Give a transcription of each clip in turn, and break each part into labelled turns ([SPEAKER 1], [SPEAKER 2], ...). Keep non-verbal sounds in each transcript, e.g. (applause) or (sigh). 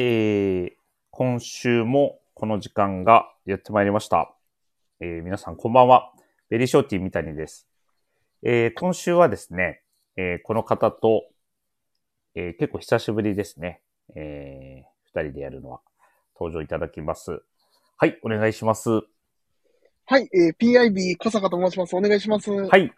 [SPEAKER 1] えー、今週もこの時間がやってまいりました。えー、皆さんこんばんは。ベリーショーティー三谷です。えー、今週はですね、えー、この方と、えー、結構久しぶりですね。えー、二人でやるのは登場いただきます。はい、お願いします。は。
[SPEAKER 2] はい、えー、PIB 小坂と申します。お願いします。はい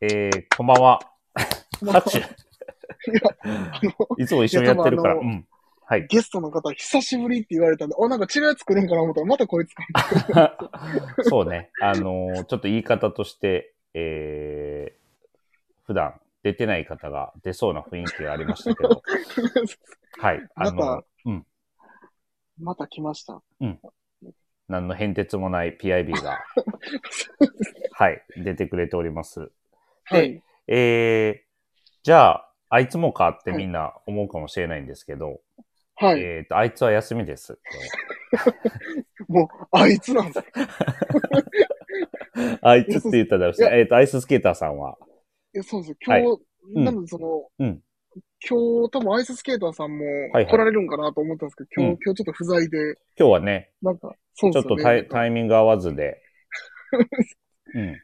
[SPEAKER 1] えー、こんばんは。
[SPEAKER 2] あ (laughs)
[SPEAKER 1] 拍手
[SPEAKER 2] あの、
[SPEAKER 1] いつも一緒にやってるから。
[SPEAKER 2] いや多
[SPEAKER 1] う
[SPEAKER 2] 分
[SPEAKER 1] ん。はい。
[SPEAKER 2] ゲストの方、久しぶりって言われたんで、お、なんか違うやつくれんかな思ったら、またこいつか。
[SPEAKER 1] そうね。あのーちょっと言い方として、えー、普段出てない方が出そうな雰囲気がありましたけど、はい。あ
[SPEAKER 2] ま
[SPEAKER 1] の、うん。
[SPEAKER 2] (laughs) また来ました。
[SPEAKER 1] 何の変哲もない PIB が、はい、出てくれております。
[SPEAKER 2] はい。
[SPEAKER 1] えー、じゃあ、あいつもかってみんな思うかもしれないんですけど、
[SPEAKER 2] はい。
[SPEAKER 1] えっ、と、あいつは休みです。
[SPEAKER 2] もう、あいつなんだ。
[SPEAKER 1] あいつって言ったらダメですね、えっ、と、アイススケーターさんは、
[SPEAKER 2] いや、そうです。今日、
[SPEAKER 1] はうん
[SPEAKER 2] なんでその、
[SPEAKER 1] うん
[SPEAKER 2] 今日、多分アイススケーターさんも
[SPEAKER 1] はい
[SPEAKER 2] 来られるんかなと思ったんですけ
[SPEAKER 1] う
[SPEAKER 2] ど、
[SPEAKER 1] ん
[SPEAKER 2] 今日、今日ちょっと不在で、
[SPEAKER 1] 今日はね、
[SPEAKER 2] なんか、そう
[SPEAKER 1] ちょ
[SPEAKER 2] で
[SPEAKER 1] っ
[SPEAKER 2] す
[SPEAKER 1] と
[SPEAKER 2] よね。
[SPEAKER 1] タイタイミング合わず
[SPEAKER 2] (laughs)
[SPEAKER 1] で。うん。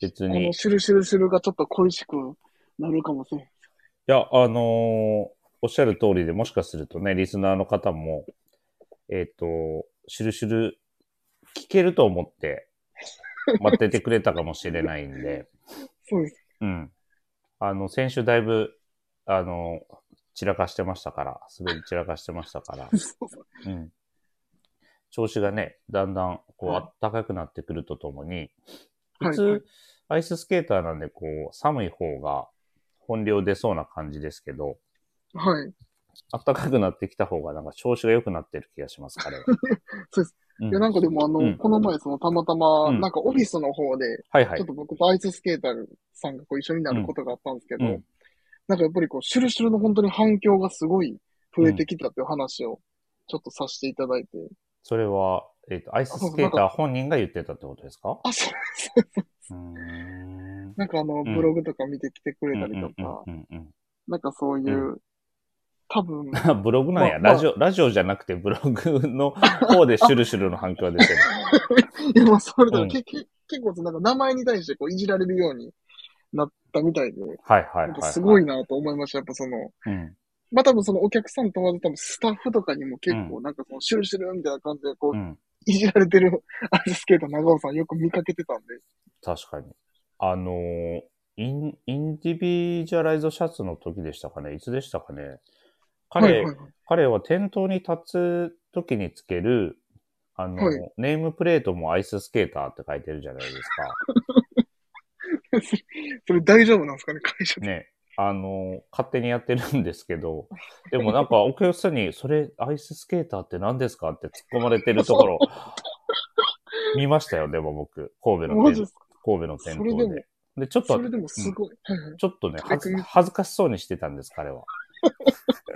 [SPEAKER 1] 別
[SPEAKER 2] こ
[SPEAKER 1] に。い
[SPEAKER 2] のシュルシュルシュルがちょっと恋しくなるかもしれん。
[SPEAKER 1] や、あのーおっしゃる通りで、もしかするとね、リスナーの方も、えっ、と、しるしる聞けると思って待っててくれたかもしれないん
[SPEAKER 2] (laughs)
[SPEAKER 1] で、
[SPEAKER 2] そうです。
[SPEAKER 1] うん。あの、先週だいぶ、あの、散らかしてましたから、滑り散らかしてましたから、うん。調子がね、だんだん、こう、
[SPEAKER 2] は
[SPEAKER 1] あ
[SPEAKER 2] い
[SPEAKER 1] ったかくなってくるとともに、
[SPEAKER 2] はい
[SPEAKER 1] 普通、アイススケーターなんで、こう、寒い方が本領出そうな感じですけど、
[SPEAKER 2] はい。
[SPEAKER 1] あったかくなってきた方が、なんか調子が良くなってる気がします、彼は。
[SPEAKER 2] (laughs) そうです
[SPEAKER 1] うん
[SPEAKER 2] いや、なんかでもあの、
[SPEAKER 1] うん
[SPEAKER 2] この前、その、たまた
[SPEAKER 1] う
[SPEAKER 2] ま、
[SPEAKER 1] ん
[SPEAKER 2] なんかオフィスの方で、
[SPEAKER 1] はいは
[SPEAKER 2] ちょっ
[SPEAKER 1] い。
[SPEAKER 2] と僕とアイススケーターさんがこう一緒になることがあったんですけど、
[SPEAKER 1] うんうん
[SPEAKER 2] なんかやっぱりこう、シュルシュルの本当に反響がすごい増えてきたっていう話を、ちょっとさせていただいて。
[SPEAKER 1] それは、えっ、と、アイススケーター本人が言ってたってことですか
[SPEAKER 2] あ、そうで
[SPEAKER 1] う
[SPEAKER 2] す。
[SPEAKER 1] ーん。
[SPEAKER 2] なんかあの、
[SPEAKER 1] ん
[SPEAKER 2] ブログとか見てきてくれたりとか、
[SPEAKER 1] うんうんうんうん
[SPEAKER 2] なんかそういう、
[SPEAKER 1] う
[SPEAKER 2] 多分、
[SPEAKER 1] ブログなん (laughs) や、
[SPEAKER 2] まあ
[SPEAKER 1] ラジオ、ラジオじゃなくてブログの方でシュルシュルの反響が出て
[SPEAKER 2] (laughs)
[SPEAKER 1] る。
[SPEAKER 2] でもそれで
[SPEAKER 1] うん
[SPEAKER 2] も、けけ結構そのなんか名前に対してこういじられるようになったみたいで、
[SPEAKER 1] はいはいはい、
[SPEAKER 2] なん
[SPEAKER 1] は
[SPEAKER 2] か
[SPEAKER 1] い。
[SPEAKER 2] すごいなと思いました。やっぱその、
[SPEAKER 1] うん。
[SPEAKER 2] まあ多分そのお客さんとわず多分スタッフとかにも結構なんかそのシュルシュルみたいな感じでこ
[SPEAKER 1] う
[SPEAKER 2] う、
[SPEAKER 1] ん。
[SPEAKER 2] いじられてる (laughs) アイススケーター長尾さんよく見かけてたんで。
[SPEAKER 1] 確かに。あのーイン、インディビジュアライズシャツの時でしたかねいつでしたかね彼、
[SPEAKER 2] はいはい (laughs) はい。
[SPEAKER 1] 彼は店頭に立つ時につける、あのー、
[SPEAKER 2] はい
[SPEAKER 1] ネームプレートもアイススケーターって書いてるじゃないですか。
[SPEAKER 2] それ大丈夫なんですかね、会 (laughs) 社で。
[SPEAKER 1] ね。あのー勝手にやってるんですけ
[SPEAKER 2] (laughs)
[SPEAKER 1] ど、でもなんか、お客さんに、それ、アイススケーターって何ですかって突っ込まれてるとこ
[SPEAKER 2] (laughs)
[SPEAKER 1] ろ、見ましたよ、でも僕、神戸の
[SPEAKER 2] マジ
[SPEAKER 1] 店
[SPEAKER 2] ですか
[SPEAKER 1] 神戸の店
[SPEAKER 2] それで
[SPEAKER 1] 頭
[SPEAKER 2] も
[SPEAKER 1] で。で、ちょっと
[SPEAKER 2] それ、でもすごい。はいはい。
[SPEAKER 1] ちょっとね、
[SPEAKER 2] 特
[SPEAKER 1] 恥ず
[SPEAKER 2] に
[SPEAKER 1] 恥ずかしそうにしてたんです、彼は。 (laughs)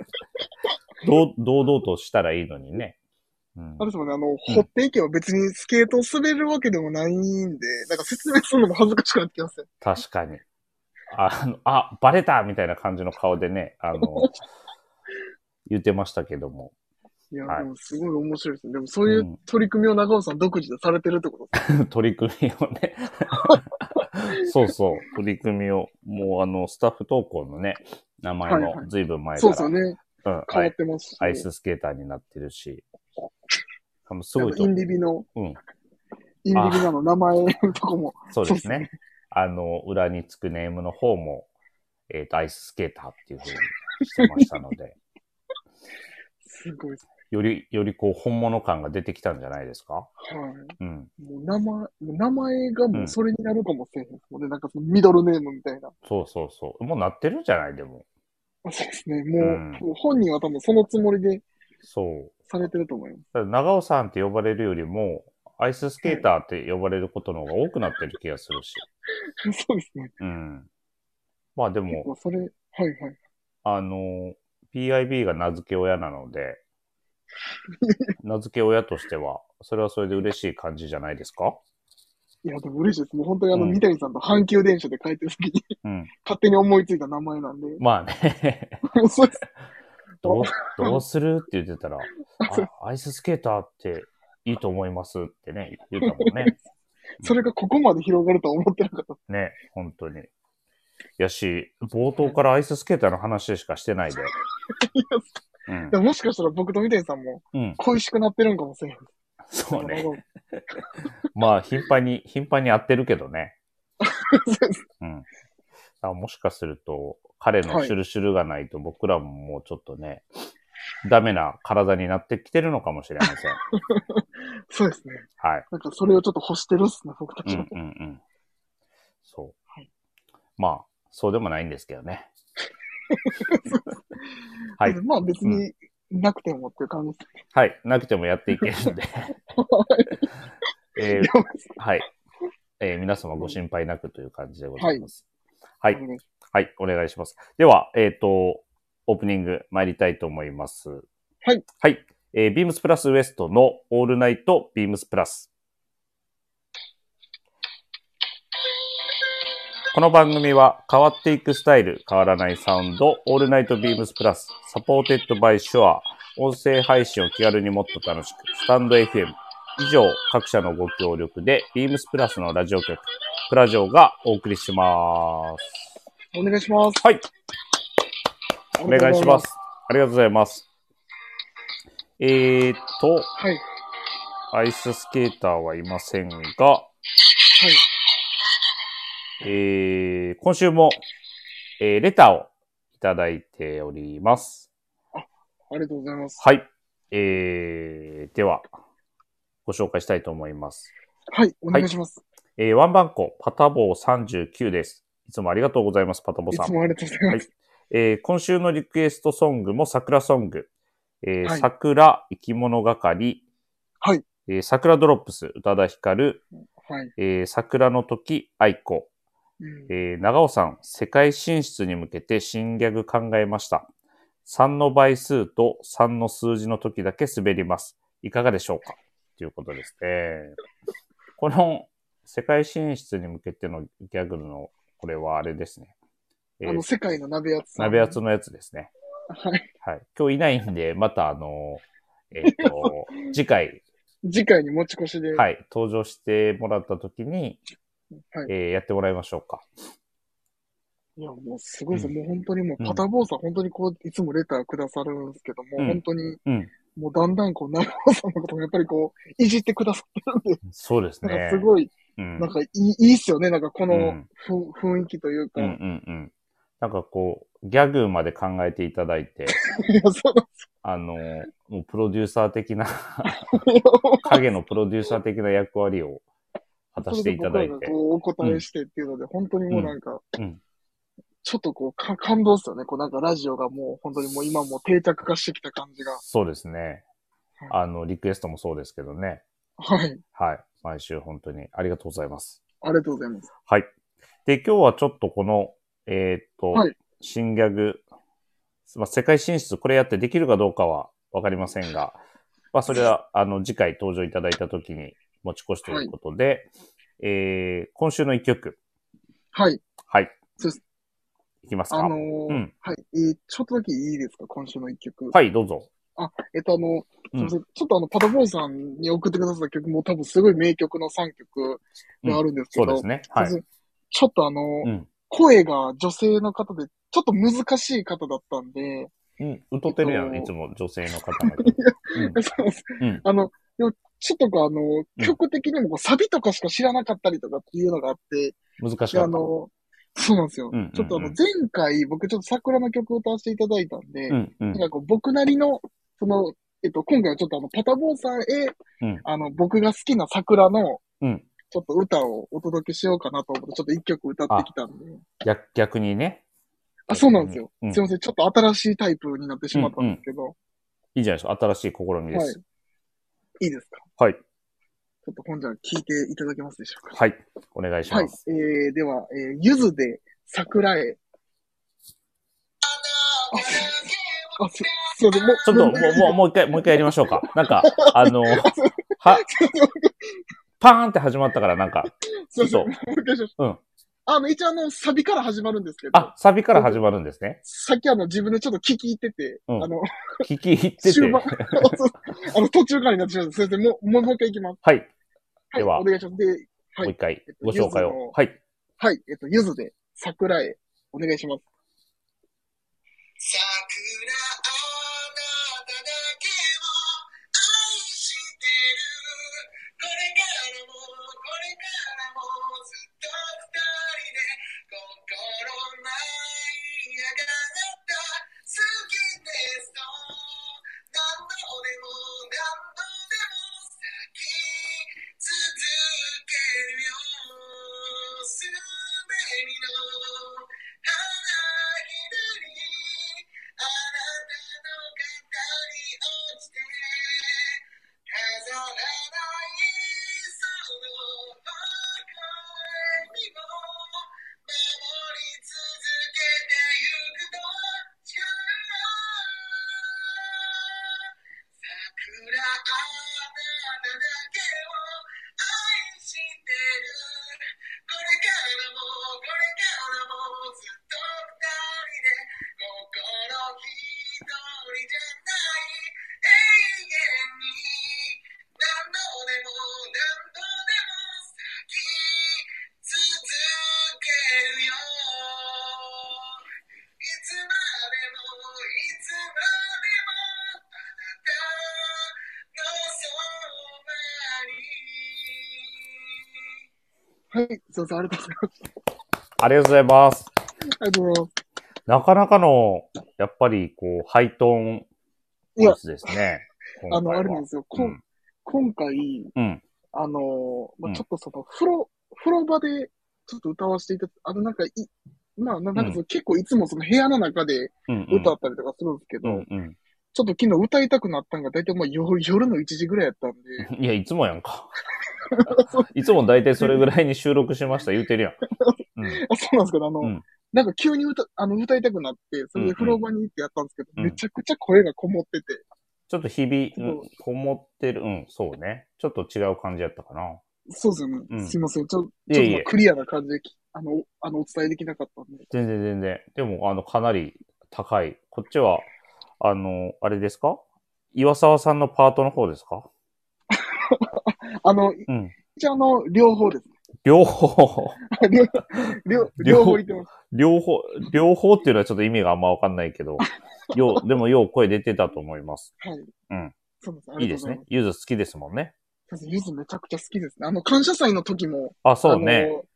[SPEAKER 1] 堂堂々としたらいいのにね。うん
[SPEAKER 2] あれですもんね、あの、掘っていけば別にスケートを滑るわけでもないんで、なんか説明するのも恥ずかしくなってきますよ。
[SPEAKER 1] 確かに。あの、あ、バレたみたいな感じの顔でね、
[SPEAKER 2] (laughs)
[SPEAKER 1] あの、言ってましたけども。 (laughs)
[SPEAKER 2] いや、
[SPEAKER 1] はい
[SPEAKER 2] でもすごい面白いですね。でもそういうう取り組みを長尾さん独自でされてるってことです
[SPEAKER 1] ん取り組みを
[SPEAKER 2] (laughs)
[SPEAKER 1] ね。そうそう、取り組みを、もうあの、スタッフ投稿のね、名前
[SPEAKER 2] はいは
[SPEAKER 1] も
[SPEAKER 2] い
[SPEAKER 1] 随分前か
[SPEAKER 2] そう
[SPEAKER 1] ら、
[SPEAKER 2] ですよ
[SPEAKER 1] うん
[SPEAKER 2] ね。変
[SPEAKER 1] ア
[SPEAKER 2] わっ
[SPEAKER 1] イ、
[SPEAKER 2] てますし。
[SPEAKER 1] アイススケーターになってるし。あのす
[SPEAKER 2] あ
[SPEAKER 1] ご
[SPEAKER 2] の
[SPEAKER 1] いと
[SPEAKER 2] インディビの、
[SPEAKER 1] うん
[SPEAKER 2] インディビナの名前のとこも、
[SPEAKER 1] そうです
[SPEAKER 2] そうで
[SPEAKER 1] ね。あの、裏につくネームの方も、えっ、と、アイススケーターっていう風にしてましたので、 (laughs)
[SPEAKER 2] すごいです。
[SPEAKER 1] より、よりこう、本物感が出てきたんじゃないですか
[SPEAKER 2] はい。
[SPEAKER 1] うん。
[SPEAKER 2] もう名前、もう名前がもうんうそれになるかもしれへんですもんね。なんかそのミドルネームみたいな。
[SPEAKER 1] そうそうそう。もうなってるんじゃないでも。
[SPEAKER 2] あそうですね。もう、
[SPEAKER 1] うん
[SPEAKER 2] 多分本人は多分そのつもりで
[SPEAKER 1] そう。
[SPEAKER 2] されてると思います。
[SPEAKER 1] だから長尾さんって呼ばれるよりも、アイススケーターって呼ばれることの方が多くなってる気がするし。
[SPEAKER 2] そうです (laughs) ね。
[SPEAKER 1] うん。まあで
[SPEAKER 2] 結
[SPEAKER 1] も、
[SPEAKER 2] 構それ、はいはい。
[SPEAKER 1] あの、PIB が名付け親なので、名付け親としては、それはそれで嬉しい感じじゃないですか
[SPEAKER 2] いや、でも嬉しいです。もう本当にあの、
[SPEAKER 1] うん
[SPEAKER 2] 三谷さんと阪急電車で帰ってる時に (laughs)
[SPEAKER 1] うん。
[SPEAKER 2] 勝手に思いついた名前なんで。
[SPEAKER 1] まあね。
[SPEAKER 2] (laughs) そうです。
[SPEAKER 1] どう、どうするって言ってたら、あアイススケーターっていいと思いますってね、言ってたもんね。
[SPEAKER 2] それがここまで広がるとは思ってなかった。 (laughs)
[SPEAKER 1] ね、本当に。やし、冒頭からアイススケーターの話しかしてないで。
[SPEAKER 2] いや
[SPEAKER 1] うん
[SPEAKER 2] で。ももしかしたら僕と三谷さんも
[SPEAKER 1] うん。
[SPEAKER 2] 恋しくなってるんかもしれん。
[SPEAKER 1] そう
[SPEAKER 2] なる (laughs)
[SPEAKER 1] ね。
[SPEAKER 2] ほど
[SPEAKER 1] まあ、頻繁に、頻繁に会ってるけどね。
[SPEAKER 2] そうです
[SPEAKER 1] うん。あもしかすると、彼のシュルシュルがないと僕らももうちょっとね、ダメな体になってきてるのかもしれません。
[SPEAKER 2] そうですね。
[SPEAKER 1] はい。
[SPEAKER 2] なんかそれをちょっと欲してるっすね、僕た
[SPEAKER 1] うん
[SPEAKER 2] ちは。
[SPEAKER 1] うんうん。そう。
[SPEAKER 2] はい
[SPEAKER 1] まあ、そうでもないんですけどね。は
[SPEAKER 2] はい
[SPEAKER 1] い。。
[SPEAKER 2] まあ別になくてもっていう感じです。
[SPEAKER 1] はい。なくてもやっていけるん (laughs) で。えー
[SPEAKER 2] 了解です
[SPEAKER 1] はい。えー皆様ご心配なくという感じでございます。はい。
[SPEAKER 2] お願いし
[SPEAKER 1] はい、お願いします。では、えっ、と、オープニング参りたいと思います。
[SPEAKER 2] はい。
[SPEAKER 1] はい。えー、ビームスプラスウエストのオールナイトビームスプラス。この番組は変わっていくスタイル、変わらないサウンド、オールナイトビームスプラス、サポーテッドバイシュア、音声配信を気軽にもっと楽しく、スタンド FM。以上、各社のご協力で、ビームスプラスのラジオ局、プラジオがお送りします。
[SPEAKER 2] ますお願いします。
[SPEAKER 1] はい、お願いしま
[SPEAKER 2] あ
[SPEAKER 1] す。ありがとうございます。えーっと、
[SPEAKER 2] りがとうございます。
[SPEAKER 1] アイススケーターはいませんが、
[SPEAKER 2] はい。
[SPEAKER 1] えー、今週も、えーレターをいただいております。
[SPEAKER 2] はい。ありがとうございます。
[SPEAKER 1] はい。えー、では、ご紹介したいと思います。
[SPEAKER 2] はい。お願いします。
[SPEAKER 1] えーワンバンコ、パタボー39です。いつもありがとうございます、パタボー
[SPEAKER 2] い
[SPEAKER 1] さん
[SPEAKER 2] つ。もありがとうございます。
[SPEAKER 1] えー今週のリクエストソングも桜ソング。えー
[SPEAKER 2] はい
[SPEAKER 1] 桜生き物係。
[SPEAKER 2] はい
[SPEAKER 1] えー桜ドロップス、宇多田ヒカル、
[SPEAKER 2] はい。
[SPEAKER 1] えー桜の時、愛子。
[SPEAKER 2] うん
[SPEAKER 1] えー長尾さん、世界進出に向けて新ギャグ考えました。3の倍数と3の数字の時だけ滑ります。いかがでしょうかということですね。この世界進出に向けてのギャグの、これはあれですね。え
[SPEAKER 2] あの、
[SPEAKER 1] ー、
[SPEAKER 2] 世界の鍋やつさん。
[SPEAKER 1] 鍋やつのやつですね。
[SPEAKER 2] はい。
[SPEAKER 1] はい。今日いないんで、またあの、えっ、
[SPEAKER 2] (laughs)
[SPEAKER 1] と、次回、
[SPEAKER 2] 次回に持ち越しで。はい。
[SPEAKER 1] はい、登場してもらった時に、えーやってもらいましょうか。
[SPEAKER 2] いや、もうすごいです。
[SPEAKER 1] うん
[SPEAKER 2] もう本当にも
[SPEAKER 1] う
[SPEAKER 2] う、
[SPEAKER 1] ん
[SPEAKER 2] パタボーさん、本当にこう、いつもレターくださるんですけども、
[SPEAKER 1] うん
[SPEAKER 2] 本当に、
[SPEAKER 1] うん。
[SPEAKER 2] もうだんだんこう、長尾さんのこともやっぱりこう、いじってくださってるんで、
[SPEAKER 1] そうです
[SPEAKER 2] なん
[SPEAKER 1] ね。
[SPEAKER 2] かすごい、
[SPEAKER 1] うん。
[SPEAKER 2] なんかいい、いいっすよね。なんかこ
[SPEAKER 1] う
[SPEAKER 2] の
[SPEAKER 1] ん
[SPEAKER 2] ふ、雰囲気というか。
[SPEAKER 1] うんうんうん。なんかこう、ギャグまで考えていただい
[SPEAKER 2] (laughs)
[SPEAKER 1] て、
[SPEAKER 2] (laughs) いや、そうなんです
[SPEAKER 1] あの、もうプロデューサー的な、 (laughs)
[SPEAKER 2] よ。
[SPEAKER 1] 影のプロデューサー的な役割を果たしていただい
[SPEAKER 2] それ
[SPEAKER 1] て
[SPEAKER 2] で僕らが。こう、お答えしてっていうので、本当にもうなんか、
[SPEAKER 1] うん
[SPEAKER 2] ちょっとこうか、感動っすよね。こうなんかラジオがもう、本当にもう今もう定着化してきた感じが。
[SPEAKER 1] そうですね。あの、リクエストもそうですけどね。
[SPEAKER 2] はい。
[SPEAKER 1] はい。毎週本当にありがとうございます。
[SPEAKER 2] ありがとうございます。
[SPEAKER 1] はい。で、今日はちょっとこの、えーっと、
[SPEAKER 2] はい
[SPEAKER 1] 新ギャグ、まあ、世界進出、これやってできるかどうかはわかりませんが、まあ、それは、あの、次回登場いただいた時に持ち越しということで、えー、今週の一曲、
[SPEAKER 2] はい。
[SPEAKER 1] はい。
[SPEAKER 2] そうです
[SPEAKER 1] いきますか。
[SPEAKER 2] あのー
[SPEAKER 1] うん
[SPEAKER 2] はい。えーちょっとだけいいですか今週の一曲。
[SPEAKER 1] はい、どうぞ。
[SPEAKER 2] あ、えっとあの、す
[SPEAKER 1] うん
[SPEAKER 2] みません。ちょっとあの、パタボーさんに送ってくださった曲も多分すごい名曲の3曲があるんですけ
[SPEAKER 1] そ
[SPEAKER 2] ど。
[SPEAKER 1] うですね。はい。
[SPEAKER 2] まずちょっとあの、
[SPEAKER 1] うん。
[SPEAKER 2] 声が女性の方で、ちょっと難しい方だったんで、
[SPEAKER 1] うん、歌ってるやん、
[SPEAKER 2] えっ
[SPEAKER 1] いつ
[SPEAKER 2] と
[SPEAKER 1] も女性の方
[SPEAKER 2] (laughs)
[SPEAKER 1] の。うん
[SPEAKER 2] そうです
[SPEAKER 1] うん
[SPEAKER 2] あの、でもちょっとこうあの、
[SPEAKER 1] ん
[SPEAKER 2] 曲的にもこうサビとかしか知らなかったりとかっていうのがあって、
[SPEAKER 1] 難しかっ
[SPEAKER 2] で
[SPEAKER 1] た。
[SPEAKER 2] あの、そうなんですよ。
[SPEAKER 1] うんうんうん
[SPEAKER 2] ちょっとあの、前回僕ちょっと桜の曲を歌わせていただいたんで、
[SPEAKER 1] うん、うん
[SPEAKER 2] な。んかこう僕なりの、その、えっと、今回はちょっとあの、パタボーさんへ、
[SPEAKER 1] うん
[SPEAKER 2] あの、僕が好きな桜の、
[SPEAKER 1] うん
[SPEAKER 2] ちょっと歌をお届けしようかなと思って、ちょっと一曲歌ってきたんで。
[SPEAKER 1] 逆逆にね。
[SPEAKER 2] あそうなんですよ。
[SPEAKER 1] うん
[SPEAKER 2] すいません。ちょっと新しいタイプになってしまったんですけど。
[SPEAKER 1] いいじゃないですか。新しい試みで
[SPEAKER 2] はい
[SPEAKER 1] す。。
[SPEAKER 2] いいですか
[SPEAKER 1] はい。
[SPEAKER 2] ちょっと本じゃ聞いていただけますでしょうか。
[SPEAKER 1] はい。お願いし
[SPEAKER 2] は
[SPEAKER 1] ま
[SPEAKER 2] い
[SPEAKER 1] す。。
[SPEAKER 2] えー、では、えー、ゆずで桜へ。あ、す、すいません。もう、
[SPEAKER 1] ちょっと、もう、もう、もう一回、もう一回やりましょうか。なん
[SPEAKER 2] (laughs)
[SPEAKER 1] か、あの、は、パーンって始まったから、なんか、
[SPEAKER 2] すいません。
[SPEAKER 1] そう
[SPEAKER 2] もう一回します
[SPEAKER 1] うん。
[SPEAKER 2] あの、一応あの、サビから始まるんですけど、
[SPEAKER 1] あ、サビから始まるんですね。
[SPEAKER 2] さっきあの、自分でちょっと聞き入ってて、
[SPEAKER 1] うん
[SPEAKER 2] あの、
[SPEAKER 1] 聞き入ってて
[SPEAKER 2] 終。盤、 (laughs) あの、途中からになってしまうんです。先生、もう、もうもう一回行きます。
[SPEAKER 1] はい。
[SPEAKER 2] はい、
[SPEAKER 1] では
[SPEAKER 2] お願いします。で、はい
[SPEAKER 1] もう一回
[SPEAKER 2] えっと
[SPEAKER 1] ご紹介
[SPEAKER 2] ゆずの
[SPEAKER 1] を。はい。
[SPEAKER 2] はい、えっと、ゆずで、桜へ、お願いします。
[SPEAKER 3] 桜あなただけを愛してるこれからもこれからもずっと二人で心舞い上がった好きですと何度でも何度でも咲き続けるよすべにの花ひだりあなたの語り部落ちて飾らないその微笑みを守り続けてゆくと誓う桜あなただけを愛してるこれからもこれからもずっと二人で心舞い上がった好きですと何度でも何度でも咲き続けるよ心一人じゃない永遠に何度でも何度でも咲き続けるよいつまでもいつまでもあなたのそば
[SPEAKER 2] は
[SPEAKER 3] に
[SPEAKER 2] い、すいません、ありがとうございます。
[SPEAKER 1] ありがとうございます。
[SPEAKER 2] ありがとうございます。
[SPEAKER 1] なかなかの、やっぱり、こう、ハイトーン
[SPEAKER 2] いや
[SPEAKER 1] ボイスですね。
[SPEAKER 2] あ
[SPEAKER 1] 今
[SPEAKER 2] の、
[SPEAKER 1] 回は
[SPEAKER 2] あれなんですよ。こ
[SPEAKER 1] うんん
[SPEAKER 2] 今回、
[SPEAKER 1] うん。
[SPEAKER 2] あのー
[SPEAKER 1] う
[SPEAKER 2] まあ、
[SPEAKER 1] ん
[SPEAKER 2] ちょっとその、風呂、風呂場で、ちょっと歌わせていただあの、なんかい、まあ、ななんかその、結構いつもその部屋の中で
[SPEAKER 1] うんうん。
[SPEAKER 2] 歌ったりとかするんですけど、
[SPEAKER 1] うんうん。
[SPEAKER 2] ちょっと昨日歌いたくなったんが、大体もう夜夜の1時ぐらいやったんで、
[SPEAKER 1] いや、いつもやん
[SPEAKER 2] (laughs)
[SPEAKER 1] か。いつも大体それぐらいに収録しました言うてるやん。うん、
[SPEAKER 2] (laughs) あそうなんですけど、あの、
[SPEAKER 1] うん
[SPEAKER 2] なんか急に歌、あの、歌いたくなって、それで風呂場に行ってやったんですけど、
[SPEAKER 1] うん
[SPEAKER 2] めちゃくちゃ声がこもってて、
[SPEAKER 1] ちょっと日々、
[SPEAKER 2] そう
[SPEAKER 1] うんこもってる。うん、そうね。ちょっと違う感じやったかな。
[SPEAKER 2] そうですよね。
[SPEAKER 1] うん
[SPEAKER 2] すいません。ちょ
[SPEAKER 1] い
[SPEAKER 2] ちょっ
[SPEAKER 1] え
[SPEAKER 2] と
[SPEAKER 1] い
[SPEAKER 2] まあ
[SPEAKER 1] え、
[SPEAKER 2] クリアな感じでき、あの、あの、お伝えできなかったんで。
[SPEAKER 1] 全然全然。でも、あの、かなり高い。こっちは、あの、あれですか岩沢さんのパートの方ですか
[SPEAKER 2] あの、い
[SPEAKER 1] うん。
[SPEAKER 2] 一応あの、両方です。
[SPEAKER 1] 両方、
[SPEAKER 2] (laughs) 両両両方言ってます。
[SPEAKER 1] (laughs) 両方、両方っていうのはちょっと意味があんまわかんない
[SPEAKER 2] (laughs)
[SPEAKER 1] けど、よう、でもよう声出てたと思います。
[SPEAKER 2] はい。
[SPEAKER 1] うん。
[SPEAKER 2] そうです。あ
[SPEAKER 1] いい
[SPEAKER 2] り
[SPEAKER 1] で
[SPEAKER 2] がとう
[SPEAKER 1] す
[SPEAKER 2] ござい
[SPEAKER 1] ね
[SPEAKER 2] ます。。
[SPEAKER 1] ゆず好きですもんね。
[SPEAKER 2] そうですね。ゆずめちゃくちゃ好きですね。あの、感謝祭の時も、
[SPEAKER 1] あ、そうね。
[SPEAKER 2] あ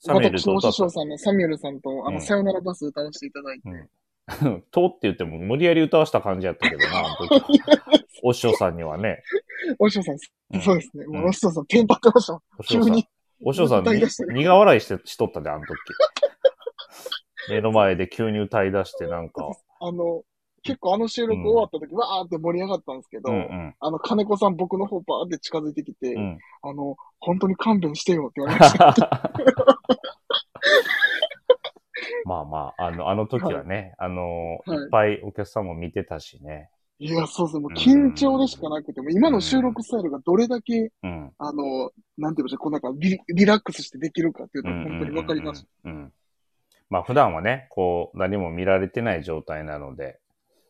[SPEAKER 1] サ
[SPEAKER 2] の、
[SPEAKER 1] ミュエル
[SPEAKER 2] 私
[SPEAKER 1] と
[SPEAKER 2] のお
[SPEAKER 1] 歌
[SPEAKER 2] 師
[SPEAKER 1] った
[SPEAKER 2] 匠。さんのサミュエルさんと、あ
[SPEAKER 1] うん
[SPEAKER 2] の、さよならバス歌わせていただいて、
[SPEAKER 1] うん。とって言っても無理やり歌わした感じやったけどな、あの時
[SPEAKER 2] (laughs)
[SPEAKER 1] は。お師匠さんにはね。
[SPEAKER 2] お師匠さん、
[SPEAKER 1] うん
[SPEAKER 2] そうですね。も
[SPEAKER 1] うん
[SPEAKER 2] うお師匠さん、テンパってましたもん。
[SPEAKER 1] お師
[SPEAKER 2] 急
[SPEAKER 1] 匠さん
[SPEAKER 2] に。。
[SPEAKER 1] お師匠さん
[SPEAKER 2] 歌い
[SPEAKER 1] に
[SPEAKER 2] 出してる
[SPEAKER 1] 苦笑いしてしとったで、あの時。 (laughs) 目の前で急に歌い出して、なんか。
[SPEAKER 2] あの、結構あの収録終わった時、わーって盛り上がったんですけど、
[SPEAKER 1] うんうん。
[SPEAKER 2] あの、金子さん僕の方バーって近づいてきて、 (laughs)
[SPEAKER 1] うん、
[SPEAKER 2] あの、本当に勘弁してよって言われ
[SPEAKER 1] (laughs)
[SPEAKER 2] ました。
[SPEAKER 1] まあまあ、あの、あの時はね、あの、
[SPEAKER 2] はい
[SPEAKER 1] いっぱいお客さんも見てたしね。
[SPEAKER 2] いや、そうですね。もう緊張でしかなくて、もう今の収録スタイルがどれだけ、
[SPEAKER 1] うん。
[SPEAKER 2] あの、なんていうんでしょう、こうなんかリリラックスしてできるかっていう
[SPEAKER 1] う
[SPEAKER 2] の
[SPEAKER 1] ん
[SPEAKER 2] は
[SPEAKER 1] うん
[SPEAKER 2] 本当にわかります。
[SPEAKER 1] うんうん。まあ普段はね、こう、何も見られてない状態なので、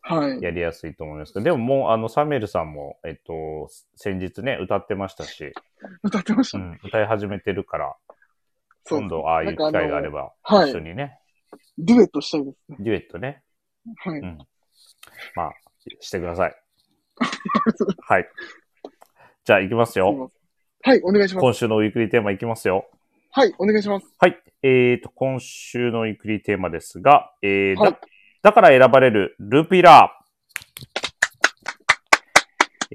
[SPEAKER 2] はい。
[SPEAKER 1] やりやすいと思いますけど、でももう、あの、サミュエルさんも、えっと、先日ね、歌ってましたし、
[SPEAKER 2] 歌ってまし
[SPEAKER 1] う
[SPEAKER 2] たね。
[SPEAKER 1] ん、歌い始めてるから、
[SPEAKER 2] そう
[SPEAKER 1] 今
[SPEAKER 2] です。
[SPEAKER 1] 度、ああいう機会があれば、
[SPEAKER 2] はい
[SPEAKER 1] 一緒にね、
[SPEAKER 2] デュエットしたいですね。
[SPEAKER 1] デュエットね、
[SPEAKER 2] はい。
[SPEAKER 1] うんまあ、してくだ
[SPEAKER 2] (laughs)
[SPEAKER 1] さい。
[SPEAKER 2] すい
[SPEAKER 1] はい。じゃあ、行きますよ。
[SPEAKER 2] ませんはい、お願いします。
[SPEAKER 1] 今週のウィークリーテーマ行きますよ。
[SPEAKER 2] はい、お願いします。
[SPEAKER 1] はい。えっ、と、今週のウィークリーテーマですが、えーだ
[SPEAKER 2] はい
[SPEAKER 1] だから選ばれるループイラ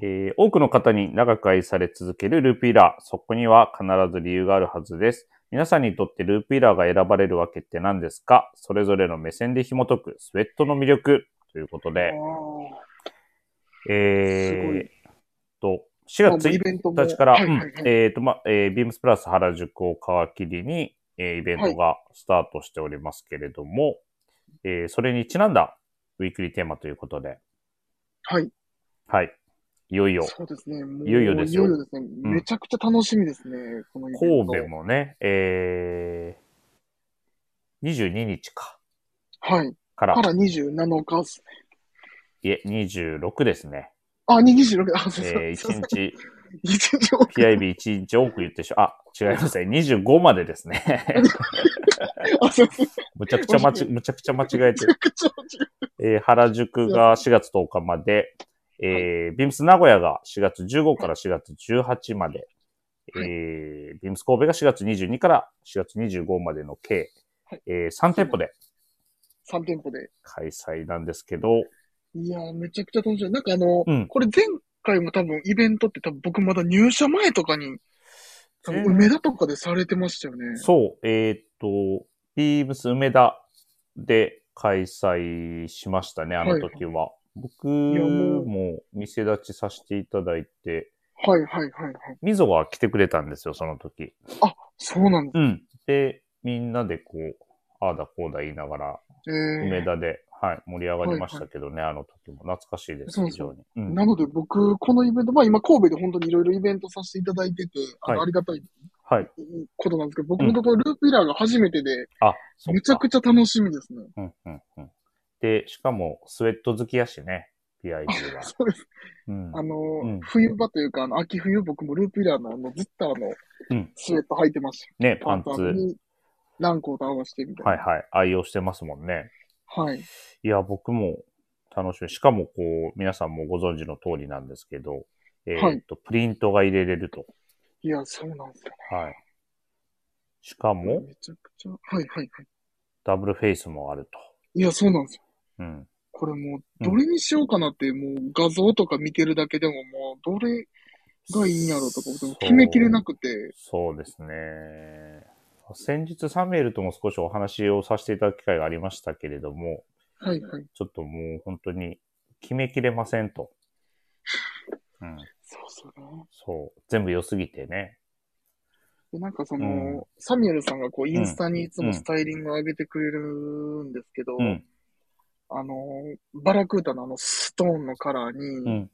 [SPEAKER 1] ー。えー多くの方に長く愛され続けるループイラー。そこには必ず理由があるはずです。皆さんにとってループイラーが選ばれるわけって何ですかそれぞれの目線で紐解くスウェットの魅力ということ
[SPEAKER 2] あ
[SPEAKER 1] で、
[SPEAKER 2] ーすご
[SPEAKER 1] え
[SPEAKER 2] い
[SPEAKER 1] ー、と、4月
[SPEAKER 2] もうイ
[SPEAKER 1] 1
[SPEAKER 2] ベントも。
[SPEAKER 1] たちから、
[SPEAKER 2] はい、
[SPEAKER 1] う
[SPEAKER 2] は
[SPEAKER 1] ん
[SPEAKER 2] い、はい。
[SPEAKER 1] えっ、と、ま、えービームスプラス原宿を皮切りに、えーイベントがスタートしておりますけれども、えーそれにちなんだウィークリーテーマということで、
[SPEAKER 2] はい。
[SPEAKER 1] はい。いよいよ、
[SPEAKER 2] そうですね。もう
[SPEAKER 1] いよいよですよ
[SPEAKER 2] いよいよですね。めちゃくちゃ楽しみですね。このイベント。
[SPEAKER 1] 神戸もね、え22日か。
[SPEAKER 2] はい。
[SPEAKER 1] か、
[SPEAKER 2] からら27日っすね。
[SPEAKER 1] いえ、26です
[SPEAKER 2] (laughs)
[SPEAKER 1] ね。
[SPEAKER 2] あ、26日。あ、そうそう。
[SPEAKER 1] えー、
[SPEAKER 2] すい
[SPEAKER 1] 1
[SPEAKER 2] ま
[SPEAKER 1] 日、
[SPEAKER 2] せん (laughs) 一応
[SPEAKER 1] PIB1 日多く言ってしょ、あ、違います
[SPEAKER 2] (laughs)
[SPEAKER 1] ね。25までですね。
[SPEAKER 2] あ、そうそう。
[SPEAKER 1] むちゃくちゃ間ち、むちゃくちゃ間違えてる。
[SPEAKER 2] 口を違う
[SPEAKER 1] えー原宿が4月10日まで、えー、ビームス名古屋が4月15から4月18まで、
[SPEAKER 2] はい
[SPEAKER 1] えー、ビームス神戸が4月22から4月25までの計、
[SPEAKER 2] はい
[SPEAKER 1] えー、3店舗で
[SPEAKER 2] 3店舗で。
[SPEAKER 1] 開催なんですけど、
[SPEAKER 2] いやー、めちゃくちゃ楽しい。なんかあの、
[SPEAKER 1] うん
[SPEAKER 2] これ前回も多分イベントって多分僕まだ入社前とかに、多
[SPEAKER 1] え
[SPEAKER 2] 分
[SPEAKER 1] ー
[SPEAKER 2] 梅田とかでされてましたよね。
[SPEAKER 1] そう、えーっと、ビームス梅田で開催しましたね、あの時は。僕
[SPEAKER 2] いやもう
[SPEAKER 1] も店立ちさせていただいて、
[SPEAKER 2] はいはいはいはい。
[SPEAKER 1] みぞが来てくれたんですよ、その時。
[SPEAKER 2] そうなんで
[SPEAKER 1] うん。で、みんなでこう、ああだこうだ言いながら、
[SPEAKER 2] すね。
[SPEAKER 1] 梅田で、はい、盛り上がりましたけどね、あの時も。懐かしいです、
[SPEAKER 2] そう
[SPEAKER 1] 非
[SPEAKER 2] そ
[SPEAKER 1] 常
[SPEAKER 2] う
[SPEAKER 1] に。うん
[SPEAKER 2] なので僕、このイベント、まあ今神戸で本当にいろいろイベントさせていただいてて、あの
[SPEAKER 1] はい
[SPEAKER 2] ありがたい
[SPEAKER 1] はい。
[SPEAKER 2] ことなんですけど、僕
[SPEAKER 1] うん
[SPEAKER 2] もとこのルーピラーが初めてで、
[SPEAKER 1] あ、そっ
[SPEAKER 2] めちゃ
[SPEAKER 1] か。
[SPEAKER 2] くちゃ楽しみですね。
[SPEAKER 1] うん、うん、うん。で、しかも、スウェット好きやしね、PID は。
[SPEAKER 2] (laughs) そうです。
[SPEAKER 1] うん
[SPEAKER 2] あ。の、
[SPEAKER 1] うん
[SPEAKER 2] 冬場というか、あの秋冬僕もルーピラーのあの、ズッターの
[SPEAKER 1] うん
[SPEAKER 2] スウェット履いてました。
[SPEAKER 1] ね、パンツ。
[SPEAKER 2] にランクを合わせてみたいな。
[SPEAKER 1] はいはい。愛用してますもんね。
[SPEAKER 2] はい。
[SPEAKER 1] いや、僕も楽しみ。しかも、こう、皆さんもご存知の通りなんですけど、えーっ、
[SPEAKER 2] はい
[SPEAKER 1] と、プリントが入れれると。
[SPEAKER 2] いや、そうなんですよ
[SPEAKER 1] はい。しか
[SPEAKER 2] ね。
[SPEAKER 1] も、
[SPEAKER 2] めちゃくちゃ。はいはいはい。
[SPEAKER 1] ダブルフェイスもあると。
[SPEAKER 2] いや、そうなんですよ。
[SPEAKER 1] うん。
[SPEAKER 2] これもう、どれにしようかなって、もう画像とか見てるだけでも、もう、どれがいいんやろうとか、僕も決めきれなくて。
[SPEAKER 1] そうですね。先日サミュエルとも少しお話をさせていただく機会がありましたけれども、
[SPEAKER 2] はいはい。
[SPEAKER 1] ちょっともう本当に決めきれません
[SPEAKER 2] (laughs)
[SPEAKER 1] と。うん、
[SPEAKER 2] そうそうな。
[SPEAKER 1] そう。全部良すぎてね。
[SPEAKER 2] でなんかその、
[SPEAKER 1] うん
[SPEAKER 2] サミュエルさんがこう、インスタにいつ
[SPEAKER 1] う
[SPEAKER 2] も
[SPEAKER 1] ん
[SPEAKER 2] スタイリングを上げてくれるんですけど、
[SPEAKER 1] うん、
[SPEAKER 2] あの、バラクータのあの、ストーンのカラーに、
[SPEAKER 1] うん、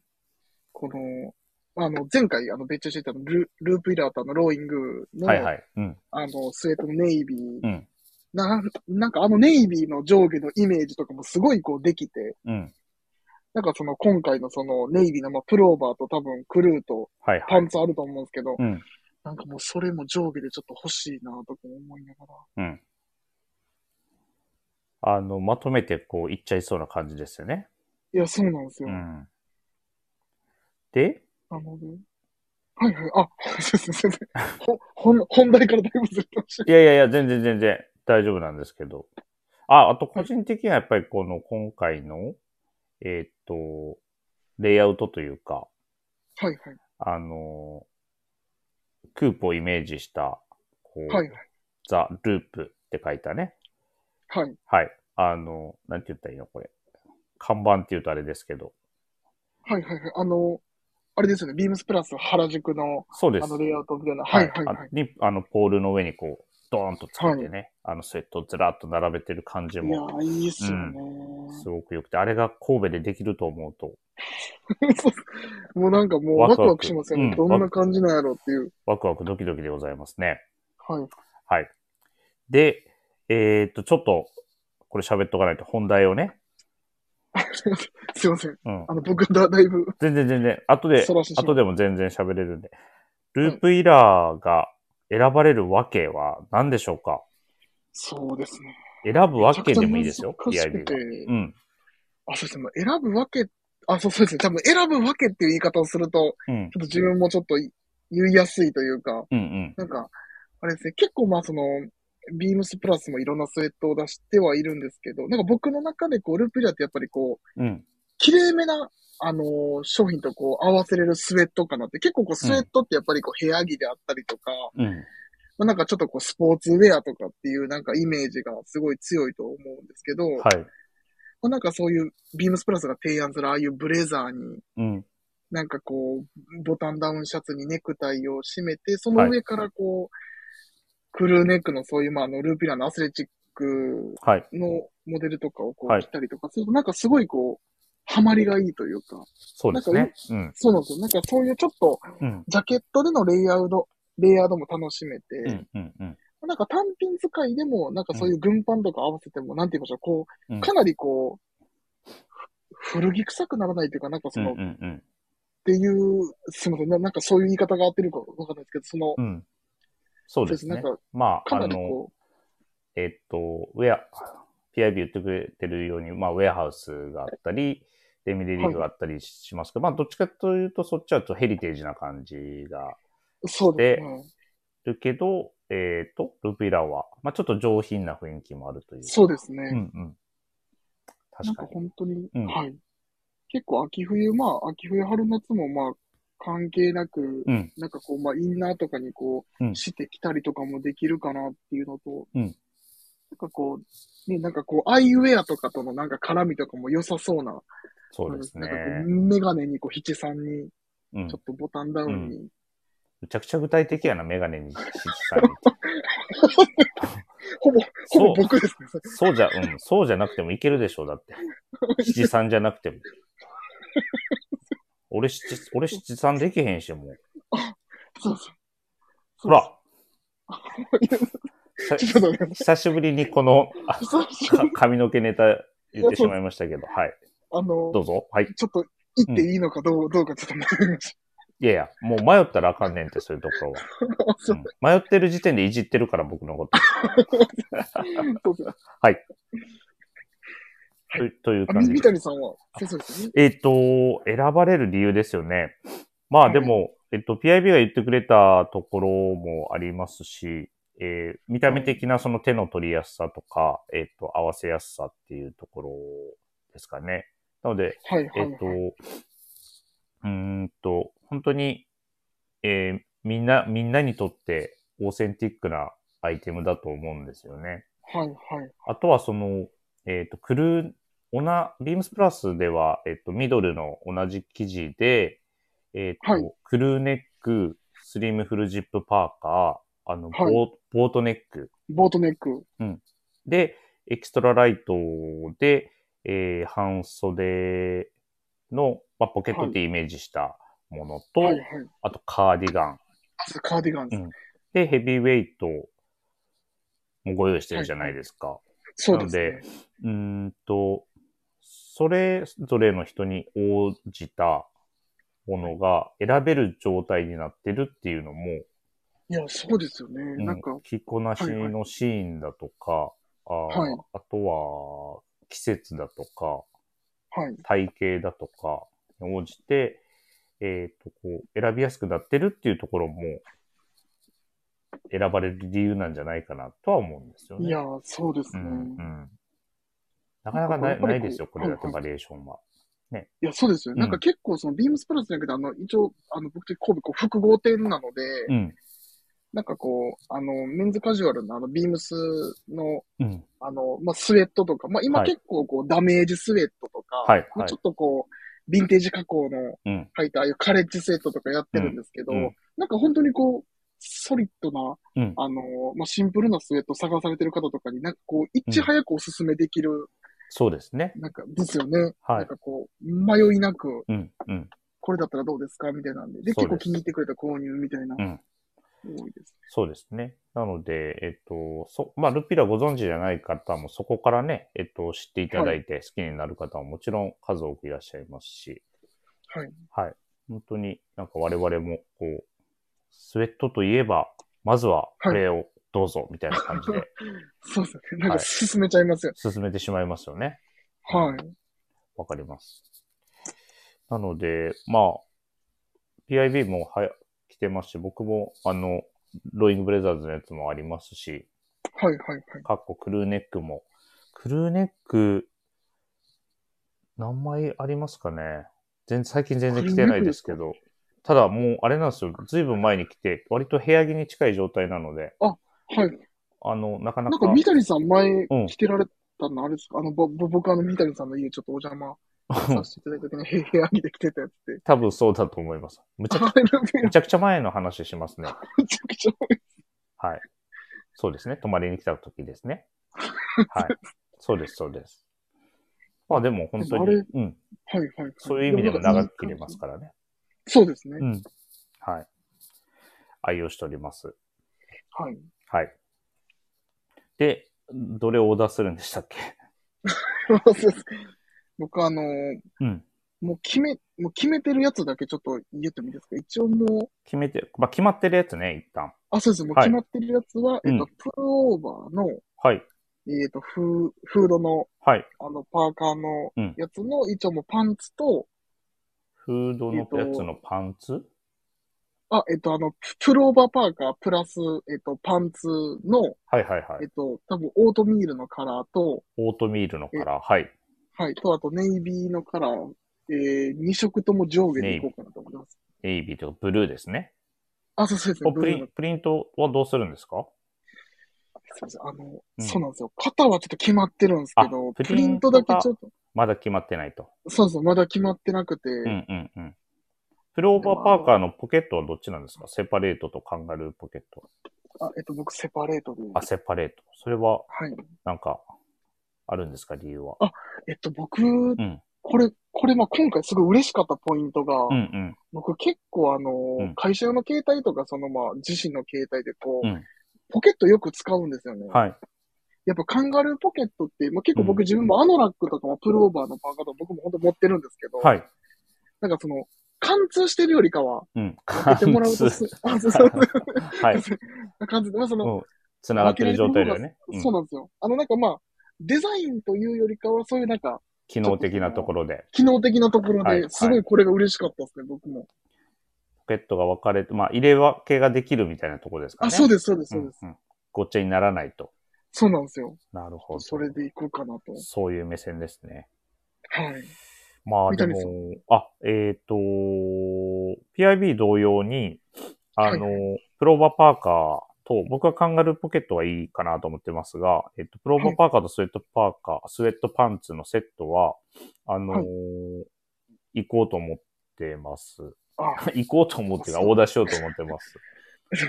[SPEAKER 2] この、あの、前回、あの、別注してたのル、ループイラーとあの、ローイングの、
[SPEAKER 1] はいはい。うん、
[SPEAKER 2] あの、スウェットのネイビー、
[SPEAKER 1] うん、
[SPEAKER 2] な、なんかあのネイビーの上下のイメージとかもすごいこうできて、
[SPEAKER 1] うん。
[SPEAKER 2] なんかその今回のそのネイビーのまあプローバーと多分クルーと
[SPEAKER 1] はいは
[SPEAKER 2] パ
[SPEAKER 1] い
[SPEAKER 2] ン。ツあると思うんですけど、
[SPEAKER 1] うん、
[SPEAKER 2] なんかもうそれも上下でちょっと欲しいなとか思いながら。
[SPEAKER 1] うん。あの、まとめてこう、いっちゃいそうな感じですよね。
[SPEAKER 2] いや、そうなんですよ。
[SPEAKER 1] うん。で、
[SPEAKER 2] なので。はいはい。あ、すいません。ほ (laughs) 本本題からだいぶずれてました。
[SPEAKER 1] いやいやいや、全然全然大丈夫なんですけど。あ、あと個人的にはやっぱりこの今回の、えーっと、レイアウトというか、
[SPEAKER 2] はいはい。
[SPEAKER 1] あの、クープをイメージした、こう、
[SPEAKER 2] はいはい。
[SPEAKER 1] ザ・ループって書いたね。
[SPEAKER 2] はい。
[SPEAKER 1] はい。あの、なんて言ったらいいのこれ。看板って言うとあれですけど。
[SPEAKER 2] はいはいはい。あの、あれですよね。ビームスプラス原宿の
[SPEAKER 1] そうです。
[SPEAKER 2] あのレイアウトみたいな。はいはいはい。
[SPEAKER 1] あに、あの、ポールの上にこう、ドーンとつけてね、あの、スウェットをずらっと並べてる感じ
[SPEAKER 2] いや
[SPEAKER 1] も、
[SPEAKER 2] ー、いいっすよね。
[SPEAKER 1] すごく良くて、あれが神戸でできると思うと、
[SPEAKER 2] そう (laughs) もうなんかもう
[SPEAKER 1] ワ
[SPEAKER 2] ワ
[SPEAKER 1] クワク
[SPEAKER 2] クワクしますよね。
[SPEAKER 1] うん
[SPEAKER 2] どんな感じなんやろうっていう。
[SPEAKER 1] ワクワクドキドキでございますね。
[SPEAKER 2] はい。
[SPEAKER 1] はい。で、えーっと、ちょっと、これ喋っとかないと本題をね。
[SPEAKER 2] (laughs) すいません。
[SPEAKER 1] うん
[SPEAKER 2] あ。の、僕だ、だいぶ。
[SPEAKER 1] 全然全然。後で
[SPEAKER 2] そらしてし、まう
[SPEAKER 1] 後でも全然喋れるんで。ループイラーが選ばれるわけは何でしょうか
[SPEAKER 2] そうですね。
[SPEAKER 1] 選ぶわけでもいいですよ。
[SPEAKER 2] めちゃくちゃ
[SPEAKER 1] PID
[SPEAKER 2] 難しくて
[SPEAKER 1] が。うん。
[SPEAKER 2] あ、そうですね。選ぶわけ、あ、そうそうですね。多分選ぶわけっていう言い方をすると、
[SPEAKER 1] うん
[SPEAKER 2] ちょ。っと自分もちょっとい言いやすいというか、
[SPEAKER 1] うんうん。
[SPEAKER 2] なんか、あれですね。結構まあその、ビームスプラスもいろんなスウェットを出してはいるんですけど、なんか僕の中でこう、ループリラってやっぱりこう、
[SPEAKER 1] うん。
[SPEAKER 2] 綺麗めな、あのー商品とこう合わせれるスウェットかなって。結構こうスウェットってやっぱりこう部屋着であったりとか、
[SPEAKER 1] うん。
[SPEAKER 2] まあなんかちょっとこうスポーツウェアとかっていうなんかイメージがすごい強いと思うんですけど、ま
[SPEAKER 1] はい。
[SPEAKER 2] あなんかそういうビームスプラスが提案するああいうブレザーに、
[SPEAKER 1] うん。
[SPEAKER 2] なんかこう、ボタンダウンシャツにネクタイを締めて、その上からこう、クルーネックのそういうまああのルーピラーのアスレチック
[SPEAKER 1] はい。
[SPEAKER 2] のモデルとかをこ
[SPEAKER 1] は
[SPEAKER 2] う
[SPEAKER 1] い
[SPEAKER 2] 着たりとかすると、なんかすごいこう、ハマりがいいというか、
[SPEAKER 1] そうですね。うん。
[SPEAKER 2] そうなんですよ。なんかそういうちょっと、
[SPEAKER 1] うん。
[SPEAKER 2] ジャケットでのレイアウト、レイヤードも楽しめて、
[SPEAKER 1] うん。うん。うん。
[SPEAKER 2] なんか単品使いでも、なんかそういう軍パンとか合わせても、なんて言いましょう、こ
[SPEAKER 1] う
[SPEAKER 2] う、
[SPEAKER 1] ん
[SPEAKER 2] かなりこう、ふ古着臭くならないというか、なんかそ
[SPEAKER 1] うん
[SPEAKER 2] の、っ
[SPEAKER 1] うんうん。
[SPEAKER 2] ていう、すみませんな、なんかそういう言い方が合ってるかわかんないですけど、その、
[SPEAKER 1] うん。そうです
[SPEAKER 2] な
[SPEAKER 1] ね
[SPEAKER 2] ん。か、
[SPEAKER 1] まあ、
[SPEAKER 2] か
[SPEAKER 1] あ
[SPEAKER 2] なり
[SPEAKER 1] の、
[SPEAKER 2] こ
[SPEAKER 1] えっと、ウェア、PIB 言ってくれてるように、まあ、ウェアハウスがあったり、レミリリーグがあったりしますけど、まあ、どっちかというと、そっちはちょっとヘリテージな感じが
[SPEAKER 2] う、そうですね。
[SPEAKER 1] あるけど、えっ、と、ルピラは、まあ、ちょっと上品な雰囲気もあるという。
[SPEAKER 2] そうです
[SPEAKER 1] う
[SPEAKER 2] ね。
[SPEAKER 1] んうん。
[SPEAKER 2] な
[SPEAKER 1] 確
[SPEAKER 2] ん
[SPEAKER 1] か
[SPEAKER 2] か
[SPEAKER 1] に。
[SPEAKER 2] 本当に、
[SPEAKER 1] うん
[SPEAKER 2] はい。結構秋冬、まあ、秋冬、春夏も、まあ、関係なく、
[SPEAKER 1] うん
[SPEAKER 2] なんかこう、まあ、インナーとかにこう、
[SPEAKER 1] うん
[SPEAKER 2] してきたりとかもできるかなっていうのと、
[SPEAKER 1] うん
[SPEAKER 2] なんかこう、ね、なんかこう、アイウェアとかとのなんか絡みとかも良さそうな、
[SPEAKER 1] そうですね
[SPEAKER 2] な。んかこう、メガネにこう、七三に、
[SPEAKER 1] うん
[SPEAKER 2] ちょ。っとボタンダウンに、
[SPEAKER 1] むちゃくちゃ具体的やな、メガネにしさんに。
[SPEAKER 2] ほぼ、ほぼ僕ですね。それ
[SPEAKER 1] そうじゃ、うん、そうじゃなくてもいけるでしょう、だ
[SPEAKER 2] (laughs)
[SPEAKER 1] って。七三じゃなくても。俺七、俺七三できへんし、もう。
[SPEAKER 2] そうそう。
[SPEAKER 1] ほ
[SPEAKER 2] (laughs)
[SPEAKER 1] らさ
[SPEAKER 2] ちょっとね、
[SPEAKER 1] 久しぶりにこのあ
[SPEAKER 2] そうそ
[SPEAKER 1] か
[SPEAKER 2] う
[SPEAKER 1] 髪の毛ネタ言ってしまいましたけど、はい。
[SPEAKER 2] あの
[SPEAKER 1] (laughs) ど、うぞ。はい。
[SPEAKER 2] ちょっと、行っていいのかどう、どうかちょっと迷いまし
[SPEAKER 1] いやいや、もう迷ったらあかんねんって、そういうところは。
[SPEAKER 2] た。 (laughs) そう
[SPEAKER 1] うん迷ってる時点でいじってるから、僕のこと。
[SPEAKER 2] そうそう
[SPEAKER 1] というという
[SPEAKER 2] あ
[SPEAKER 1] 感じ
[SPEAKER 2] み三
[SPEAKER 1] で。
[SPEAKER 2] 谷さんは、そうそうですね。
[SPEAKER 1] えっ、と、選ばれる理由ですよね。まあでも、えっと、PIB が言ってくれたところもありますし、えー見た目的なその手の取りやすさとか、えっと、合わせやすさっていうところですかね。なので、
[SPEAKER 2] はいは
[SPEAKER 1] え
[SPEAKER 2] い、
[SPEAKER 1] っ
[SPEAKER 2] はい
[SPEAKER 1] と、うーんと、本当に、えーみんな、みんなにとってオーセンティックなアイテムだと思うんですよね。
[SPEAKER 2] はいはい。
[SPEAKER 1] あとはその、えっ、と、クルー、オナ、ビームスプラスでは、えっ、と、ミドルの同じ生地で、えっ、と、
[SPEAKER 2] はい
[SPEAKER 1] クルーネック、スリムフルジップパーカー、あの、ボー,、
[SPEAKER 2] は
[SPEAKER 1] ボートネック
[SPEAKER 2] ボートネック。
[SPEAKER 1] で、エキストラライトで、えー半袖の、まあ、ポケットってイメージしたものと、
[SPEAKER 2] はいはい。
[SPEAKER 1] あとカーディガン。
[SPEAKER 2] あ、それカーディガンです。
[SPEAKER 1] うんで、ヘビーウェイトもご用意してるじゃないですか。
[SPEAKER 2] そうですね。
[SPEAKER 1] うーんと、それぞれの人に応じたものが選べる状態になってるっていうのも、
[SPEAKER 2] いや、そうですよね。
[SPEAKER 1] うん
[SPEAKER 2] なんか、
[SPEAKER 1] 着こなしのシーンだとか、あー
[SPEAKER 2] はい
[SPEAKER 1] あとは季節だとか、
[SPEAKER 2] はい。
[SPEAKER 1] 体型だとかに応じて、えっ、と、こう、選びやすくなってるっていうところも、選ばれる理由なんじゃないかなとは思うんですよね。
[SPEAKER 2] いや、そうです
[SPEAKER 1] う
[SPEAKER 2] ね。
[SPEAKER 1] んうんなかなかな
[SPEAKER 2] な
[SPEAKER 1] い
[SPEAKER 2] んかこう
[SPEAKER 1] な
[SPEAKER 2] や
[SPEAKER 1] い
[SPEAKER 2] っぱりこう
[SPEAKER 1] ですよ、これだけ
[SPEAKER 2] はいは
[SPEAKER 1] バリエーションは。
[SPEAKER 2] いや、そうですよね。
[SPEAKER 1] う
[SPEAKER 2] なんんか結構、その、ビームスプラスじゃなくて、あの、一応、あの、僕的に神戸、こう、複合店なので、
[SPEAKER 1] うん。
[SPEAKER 2] なんかこう、あの、メンズカジュアルの、あの、ビームスの、
[SPEAKER 1] うん。
[SPEAKER 2] あの、まあ、スウェットとか、まあ、今
[SPEAKER 1] はい
[SPEAKER 2] 結構、こう、ダメージスウェットとか、
[SPEAKER 1] はい
[SPEAKER 2] まあ
[SPEAKER 1] はい
[SPEAKER 2] ちょっとこう、ヴィンテージ加工の
[SPEAKER 1] うん。
[SPEAKER 2] 入った、ああいうカレッジセットとかやってるんですけど、
[SPEAKER 1] うんうん
[SPEAKER 2] なんか本当にこう、ソリッドな、
[SPEAKER 1] うん
[SPEAKER 2] あの、まあ、シンプルなスウェット探されてる方とかになんかこう、いち早くおすすめできる、
[SPEAKER 1] そうですね。
[SPEAKER 2] なんか、ですよね。
[SPEAKER 1] は
[SPEAKER 2] ないん。かこう、迷いなく、
[SPEAKER 1] うん。うん。
[SPEAKER 2] これだったらどうですかみたいなんで。で、
[SPEAKER 1] そうです
[SPEAKER 2] 結構気に入ってくれた購入みたいな、
[SPEAKER 1] うん。
[SPEAKER 2] 多いです。
[SPEAKER 1] そうですね。なので、えっと、そ、まあ、ルピラご存知じゃない方も、そこからね、えっと、知っていただいて、好きになる方ももちろん数多くいらっしゃいますし、
[SPEAKER 2] はい。
[SPEAKER 1] はい。本当になんか我々も、こう、スウェットといえば、まずはこれをどうぞ、みたいな感じで
[SPEAKER 2] そうですね。なん
[SPEAKER 1] は
[SPEAKER 2] か
[SPEAKER 1] い
[SPEAKER 2] 進めちゃいますよ。
[SPEAKER 1] 進めてしまいますよね。
[SPEAKER 2] はい。
[SPEAKER 1] わかります。なので、まあ、PIB もはや来てますし、僕も、あの、ローイングブレザーズのやつもありますし、
[SPEAKER 2] はい、はい、はい。
[SPEAKER 1] かっこクルーネックも。クルーネック、何枚ありますかね全最近全然着てないですけど。ただもう、あれなんですよ。ずいぶん前に来て、割と部屋着に近い状態なので、
[SPEAKER 2] はい。
[SPEAKER 1] あの、なかな
[SPEAKER 2] なん
[SPEAKER 1] か
[SPEAKER 2] か、三谷さん前
[SPEAKER 1] うん
[SPEAKER 2] 着てられたのあれですか、あの、ぼぼ僕あの三谷さんの家ちょっとお邪魔させていただいた時に部屋着で着てたやつ
[SPEAKER 1] (laughs)
[SPEAKER 2] って。
[SPEAKER 1] 多分そうだと思います。むちゃく
[SPEAKER 2] あれの部屋
[SPEAKER 1] むちゃくちゃ前の話しますね。
[SPEAKER 2] めちゃくちゃ多い。
[SPEAKER 1] はい。そうですね。泊まりに来た時です
[SPEAKER 2] (laughs)
[SPEAKER 1] ね。はい。そうです、そうです。まあでも本当
[SPEAKER 2] でもあ
[SPEAKER 1] に
[SPEAKER 2] れ、
[SPEAKER 1] うん。
[SPEAKER 2] はい、はい、はい。
[SPEAKER 1] そういう意味でも長く切れますからね。
[SPEAKER 2] そうですね。
[SPEAKER 1] うん。はい。愛用しております。
[SPEAKER 2] はい。
[SPEAKER 1] はい。で、どれをオーダーするんでしたっけ
[SPEAKER 2] そうそうそう僕あの、
[SPEAKER 1] うん。
[SPEAKER 2] もう決め、もう決めてるやつだけちょっと言ってもいいですか一応もう、
[SPEAKER 1] 決めて、まあ、決まってるやつね、一旦。
[SPEAKER 2] あ、そうです。もう
[SPEAKER 1] はい
[SPEAKER 2] 決まってるやつは、えっと、
[SPEAKER 1] うん
[SPEAKER 2] プルオーバーの、
[SPEAKER 1] はい。
[SPEAKER 2] えっと、フー、フードの、
[SPEAKER 1] はい。
[SPEAKER 2] あの、パーカーの
[SPEAKER 1] うん
[SPEAKER 2] やつの、一応もうパンツと、
[SPEAKER 1] フードの
[SPEAKER 2] えっと
[SPEAKER 1] やつのパンツ、
[SPEAKER 2] あ、えっと、あの、プルオーバーパーカープラス、えっと、パンツの、
[SPEAKER 1] はいはいは
[SPEAKER 2] えっ
[SPEAKER 1] い。
[SPEAKER 2] と、多分オートミールのカラーと、
[SPEAKER 1] オートミールのカラー。はい。
[SPEAKER 2] はい、と、あとネイビーのカラー、えー、2色とも上下でいこうかなと思います。
[SPEAKER 1] ネイビーとブルーですね。
[SPEAKER 2] あ、そうそうですね。
[SPEAKER 1] お
[SPEAKER 2] ブ
[SPEAKER 1] プ
[SPEAKER 2] ル
[SPEAKER 1] リ
[SPEAKER 2] ーの
[SPEAKER 1] ン、プリントはどうするんですか
[SPEAKER 2] すいません。あの、
[SPEAKER 1] うん
[SPEAKER 2] そうなんですよ。型はちょっと決まってるんですけど、
[SPEAKER 1] あ
[SPEAKER 2] プリントだけちょっと、
[SPEAKER 1] まだ決まってないと。
[SPEAKER 2] そうそう、まだ決まってなくて、
[SPEAKER 1] うんうんうん。プローバーパーカーのポケットはどっちなんですかセパレートとカンガルーポケット。
[SPEAKER 2] あ、えっと、僕、セパレートで。
[SPEAKER 1] あ、セパレート。それは、
[SPEAKER 2] はい。
[SPEAKER 1] なんか、あるんですか理由は。
[SPEAKER 2] えっと、僕、
[SPEAKER 1] ん
[SPEAKER 2] これ、これ、まあ、今回すごい嬉しかったポイントが、
[SPEAKER 1] うんうん。
[SPEAKER 2] 僕結構あの、
[SPEAKER 1] うん
[SPEAKER 2] 会社用の携帯とか、そのまあ、自身の携帯でこう、
[SPEAKER 1] うん
[SPEAKER 2] ポケットよく使うんですよね。
[SPEAKER 1] はい。
[SPEAKER 2] やっぱカンガルーポケットって、まあ、結構
[SPEAKER 1] うん
[SPEAKER 2] 僕自分もアノラックとかもプルオーバーのパーカーとか僕も本当持ってるんですけど、
[SPEAKER 1] はい。
[SPEAKER 2] なんかその、貫通してるよりかは、
[SPEAKER 1] うん。
[SPEAKER 2] 開けてもらう
[SPEAKER 1] (laughs)
[SPEAKER 2] とす、あ、そうそうそう。 (laughs)
[SPEAKER 1] はい。
[SPEAKER 2] 感じで、まあ、そ
[SPEAKER 1] う
[SPEAKER 2] の、
[SPEAKER 1] ん。繋がってる状態だよね。う
[SPEAKER 2] そうんなんですよ。あの、なんかまあ、デザインというよりかは、そういうなんか、
[SPEAKER 1] 機能的なところで。
[SPEAKER 2] 機能的なところ
[SPEAKER 1] はい
[SPEAKER 2] で、すごいこれが嬉しかったですね、僕も。
[SPEAKER 1] ポケットが分かれて、まあ、入れ分けができるみたいなところですか
[SPEAKER 2] あ、
[SPEAKER 1] ね。
[SPEAKER 2] そう
[SPEAKER 1] で
[SPEAKER 2] です、そうです、そうです。
[SPEAKER 1] んうん。ごっちゃにならないと。
[SPEAKER 2] そうなんですよ。
[SPEAKER 1] なるほど。
[SPEAKER 2] それでいこうかなと。
[SPEAKER 1] そういう目線ですね。
[SPEAKER 2] はい。 (laughs)
[SPEAKER 1] まあ
[SPEAKER 2] 三
[SPEAKER 1] で
[SPEAKER 2] 谷さん
[SPEAKER 1] も、あ、えっ、と、PIB 同様に、あの、
[SPEAKER 2] はい
[SPEAKER 1] プローバーパーカーと、僕はカンガルーポケットはいいかなと思ってますが、えっ、と、プローバーパーカーとスウェットパーカー、スウェットパンツのセットは、あの、
[SPEAKER 2] はい
[SPEAKER 1] 行こうと思ってます。
[SPEAKER 2] あ、
[SPEAKER 1] (laughs) 行こうと思ってか、オーダーしようと思ってます。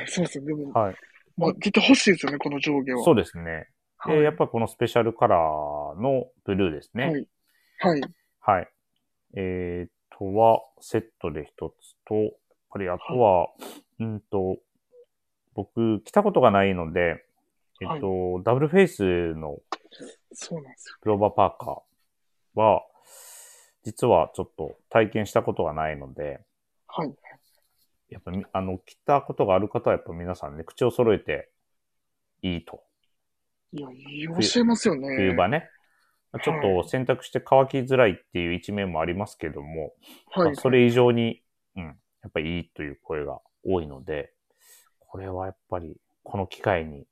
[SPEAKER 2] そうですね、でも、
[SPEAKER 1] はい。
[SPEAKER 2] まあ、絶対欲しいですよね、この上下は。
[SPEAKER 1] そうですね。
[SPEAKER 2] はい
[SPEAKER 1] で、やっぱりこのスペシャルカラーのブルーですね。
[SPEAKER 2] はい。はい。
[SPEAKER 1] はい。えーっとは、セットで一つと、やっぱりあとは、うんと、僕、着たことがないので、えっと、ダブルフェイスの
[SPEAKER 2] そうなんですよ。
[SPEAKER 1] プローバーパーカーは、実はちょっと体験したことがないので、
[SPEAKER 2] はい。
[SPEAKER 1] やっぱみ、あの、着たことがある方は、やっぱ皆さんね、口を揃えていいと。
[SPEAKER 2] いや、いい教えますよね。
[SPEAKER 1] 冬場ね。ちょっと洗濯して乾きづらいっていう一面もありますけども、
[SPEAKER 2] はい。
[SPEAKER 1] それ以上に、うん、やっぱりいいという声が多いので、これはやっぱりこの機会に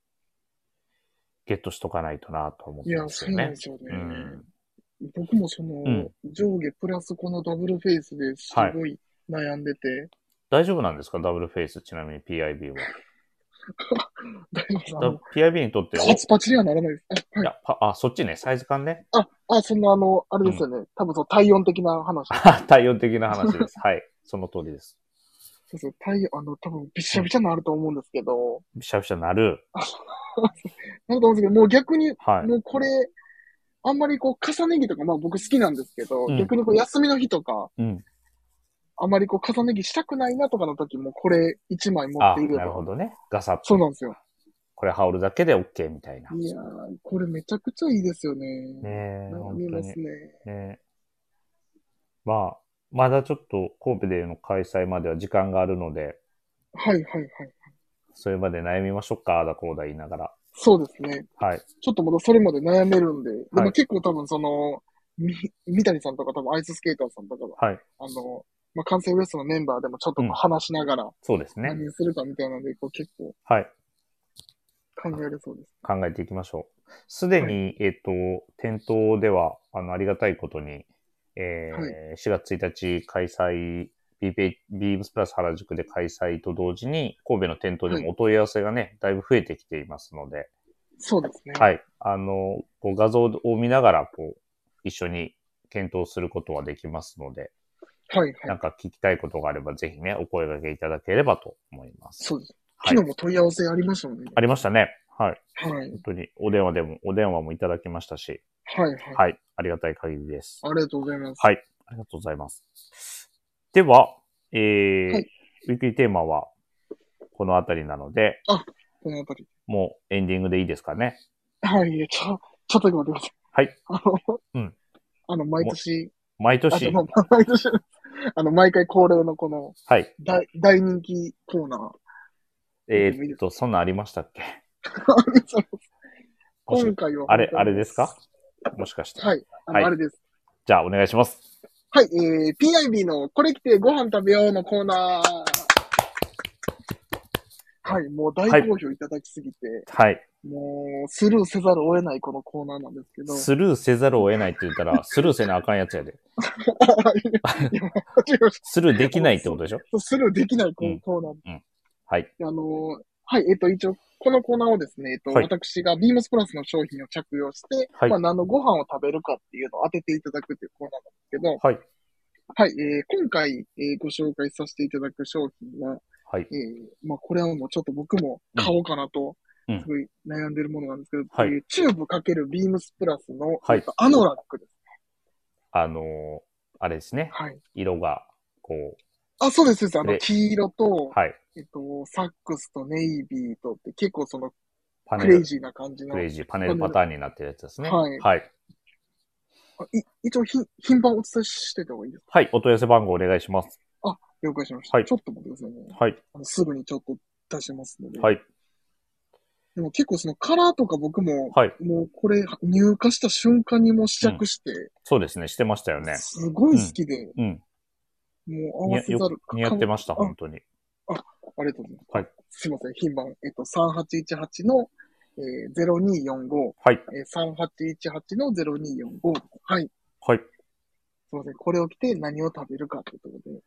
[SPEAKER 1] ゲットしとかないとなと思っ
[SPEAKER 2] い
[SPEAKER 1] て
[SPEAKER 2] や
[SPEAKER 1] ま、す
[SPEAKER 2] そう
[SPEAKER 1] よ
[SPEAKER 2] なん
[SPEAKER 1] ね
[SPEAKER 2] で。すよね。
[SPEAKER 1] うん
[SPEAKER 2] 僕もその、
[SPEAKER 1] ん
[SPEAKER 2] 上下プラスこのダブルフェイスですごい悩んでて、
[SPEAKER 1] 大丈夫なんですかダブルフェイス、ちなみに PIB
[SPEAKER 2] 大丈夫ですあ
[SPEAKER 1] は
[SPEAKER 2] の。。
[SPEAKER 1] PIB にとっては、
[SPEAKER 2] パチパチにはならないです。あ、
[SPEAKER 1] い
[SPEAKER 2] はい。
[SPEAKER 1] やパあ、そっちね、サイズ感ね。 (laughs)
[SPEAKER 2] あ、あ、そんなあの、あれですよね。多分その体温的な話。
[SPEAKER 1] 対応的な話
[SPEAKER 2] (laughs)
[SPEAKER 1] です。はい。その通りです。
[SPEAKER 2] そうそう、体温、あの、多分びっしゃびしゃになると思うんですけど、
[SPEAKER 1] びしゃびしゃなる。
[SPEAKER 2] なると思うんですけど、もう逆に、
[SPEAKER 1] はい。
[SPEAKER 2] もうこれ、あんまりこう、重ね着とか、まあ僕好きなんですけど、
[SPEAKER 1] うん
[SPEAKER 2] 逆にこう、休みの日とか、
[SPEAKER 1] うん。
[SPEAKER 2] あんまりこう、重ね着したくないなとかの時も、これ一枚持っ
[SPEAKER 1] あ、
[SPEAKER 2] ていれ
[SPEAKER 1] なるほ
[SPEAKER 2] ば。
[SPEAKER 1] どね。ガサッ
[SPEAKER 2] そう
[SPEAKER 1] と。
[SPEAKER 2] なんですよ。
[SPEAKER 1] これ羽織るだけで OK みたいな。
[SPEAKER 2] いやー、これめちゃくちゃいいですよね。
[SPEAKER 1] ねえ、
[SPEAKER 2] 悩
[SPEAKER 1] 本
[SPEAKER 2] み
[SPEAKER 1] 当
[SPEAKER 2] ま
[SPEAKER 1] に
[SPEAKER 2] す。ね。
[SPEAKER 1] ねまあ、まだちょっと神戸での開催までは時間があるので、
[SPEAKER 2] はいはいはい。
[SPEAKER 1] それまで悩みましょうか、あだこうだ言いながら。
[SPEAKER 2] そうですね。
[SPEAKER 1] はい。
[SPEAKER 2] ちょっとまだそれまで悩めるんで、で
[SPEAKER 1] はい
[SPEAKER 2] も結構多分その、み、三谷さんとか多分アイススケーターさんとかが、
[SPEAKER 1] はい。
[SPEAKER 2] あの、まあ、関西ウエストのメンバーでもちょっと
[SPEAKER 1] うん
[SPEAKER 2] こう話しながら、
[SPEAKER 1] そうですね。
[SPEAKER 2] 何にするかみたいなので、こう結構
[SPEAKER 1] はい。
[SPEAKER 2] 考えれそうです。
[SPEAKER 1] 考えていきましょう。すでに、えっ、と、店頭では、あの、ありがたいことに、えー
[SPEAKER 2] は
[SPEAKER 1] 4月1日開催、ビービームスプラス原宿で開催と同時に、神戸の店頭で
[SPEAKER 2] はい
[SPEAKER 1] もお問い合わせがね、だいぶ増えてきていますので、
[SPEAKER 2] そうですね。
[SPEAKER 1] はい。あの、こう画像を見ながら、こう、一緒に検討することはできますので、
[SPEAKER 2] はい、は
[SPEAKER 1] なん
[SPEAKER 2] い。
[SPEAKER 1] か聞きたいことがあれば、ぜひね、お声掛けいただければと思います。
[SPEAKER 2] そうです。
[SPEAKER 1] はい
[SPEAKER 2] 昨日も問い合わせありましたもんね。
[SPEAKER 1] ありましたね。はい。
[SPEAKER 2] はい。はい、
[SPEAKER 1] 本当に、お電話でも、お電話もいただきましたし、
[SPEAKER 2] はい。
[SPEAKER 1] はい。ありがたい限りです。
[SPEAKER 2] ありがとうございます。
[SPEAKER 1] はい。ありがとうございます。では、えー
[SPEAKER 2] はい
[SPEAKER 1] ウィークリーテーマは、このあたりなので、
[SPEAKER 2] このあたり。
[SPEAKER 1] もうエンディングでいいですかね。
[SPEAKER 2] はい、いやちょ、ちょっと待ってください。
[SPEAKER 1] はい。
[SPEAKER 2] あの、
[SPEAKER 4] うん
[SPEAKER 2] あの、毎年、
[SPEAKER 1] 毎
[SPEAKER 2] あ、
[SPEAKER 1] 年
[SPEAKER 2] で。も、 (laughs) 毎年、あの、毎回恒例のこの、
[SPEAKER 1] はい。
[SPEAKER 2] 大、大人気コーナー。
[SPEAKER 1] えーっと、そんなんありましたっけ
[SPEAKER 2] (laughs)
[SPEAKER 1] もし
[SPEAKER 2] 今回は。
[SPEAKER 1] あれ、あれですかもしかして。
[SPEAKER 2] はい。あの、
[SPEAKER 1] はい
[SPEAKER 2] あれです。
[SPEAKER 1] じゃあ、お願いします。
[SPEAKER 2] はい、えー、PIB のこれ来てご飯食べようのコーナー。はい、もう大好評いただきすぎて、
[SPEAKER 1] はい。
[SPEAKER 2] もうスルーせざるを得ないこのコーナーなんですけど。 (laughs)
[SPEAKER 1] スルーせざるを得ないって言ったら、スルーせなあかんやつやで。
[SPEAKER 2] いや間違えまし
[SPEAKER 1] スルーできないってことでしょ
[SPEAKER 2] たスルーできないこ
[SPEAKER 1] うん
[SPEAKER 2] のコーナー。
[SPEAKER 1] はい。
[SPEAKER 2] あの、はい、えっ、と、一応、このコーナーをですね、えっ、と、
[SPEAKER 1] はい
[SPEAKER 2] 私がビームスプラスの商品を着用して、
[SPEAKER 1] はい
[SPEAKER 2] まあ、何のご飯を食べるかっていうのを当てていただくっていうコーナーなんです
[SPEAKER 1] はい。
[SPEAKER 2] けど、はい、えー、今回、えーご紹介させていただく商品は、
[SPEAKER 1] はい。
[SPEAKER 2] えーまあ、これはもうちょっと僕も買おうかなと、
[SPEAKER 1] うんうん
[SPEAKER 2] すごい悩んでるものなんですけど、
[SPEAKER 1] はい
[SPEAKER 2] えーチューブかけるビームスプラスの、
[SPEAKER 1] はい
[SPEAKER 2] えっとアノラックです。
[SPEAKER 1] あのーあれですね。
[SPEAKER 2] はい。
[SPEAKER 1] 色が、こ
[SPEAKER 2] あ、そうです、そうです。あの、
[SPEAKER 1] で
[SPEAKER 2] 黄色と
[SPEAKER 1] う、、はい。
[SPEAKER 2] えっと、サックスとネイビーとって、結構その、
[SPEAKER 1] パネ
[SPEAKER 2] クレイ
[SPEAKER 1] ル、
[SPEAKER 2] ジーな感じの
[SPEAKER 1] ク、レイジー、パネルパターンになってるやつですね。
[SPEAKER 2] はい
[SPEAKER 1] はい。
[SPEAKER 2] あい一応ひ、品番お伝えしてた方がいいですか
[SPEAKER 1] はい。お問い合わせ番号お願いします。
[SPEAKER 2] 了解しました。
[SPEAKER 1] はい
[SPEAKER 2] ちょっと待ってくださいね。
[SPEAKER 1] はい。
[SPEAKER 2] あのすぐにちょっと出しますので。
[SPEAKER 1] はい。
[SPEAKER 2] でも結構そのカラーとか僕も、
[SPEAKER 1] はい。
[SPEAKER 2] もうこれ入荷した瞬間にもう試着して、
[SPEAKER 1] そうですね。してましたよね。
[SPEAKER 2] すごい好きで、
[SPEAKER 1] うん。
[SPEAKER 2] もう合
[SPEAKER 1] に
[SPEAKER 2] わせざ
[SPEAKER 1] よ
[SPEAKER 2] る。
[SPEAKER 1] 似合って
[SPEAKER 2] ま
[SPEAKER 1] ました、本当に。
[SPEAKER 2] ありがとうございます。
[SPEAKER 1] はい。
[SPEAKER 2] すいません、品番、えっと、3818の、えー、0245、
[SPEAKER 1] はい。
[SPEAKER 2] えー、3818の0245。はい。
[SPEAKER 1] はい。
[SPEAKER 2] すいません、これを着て何を食べるかってことで。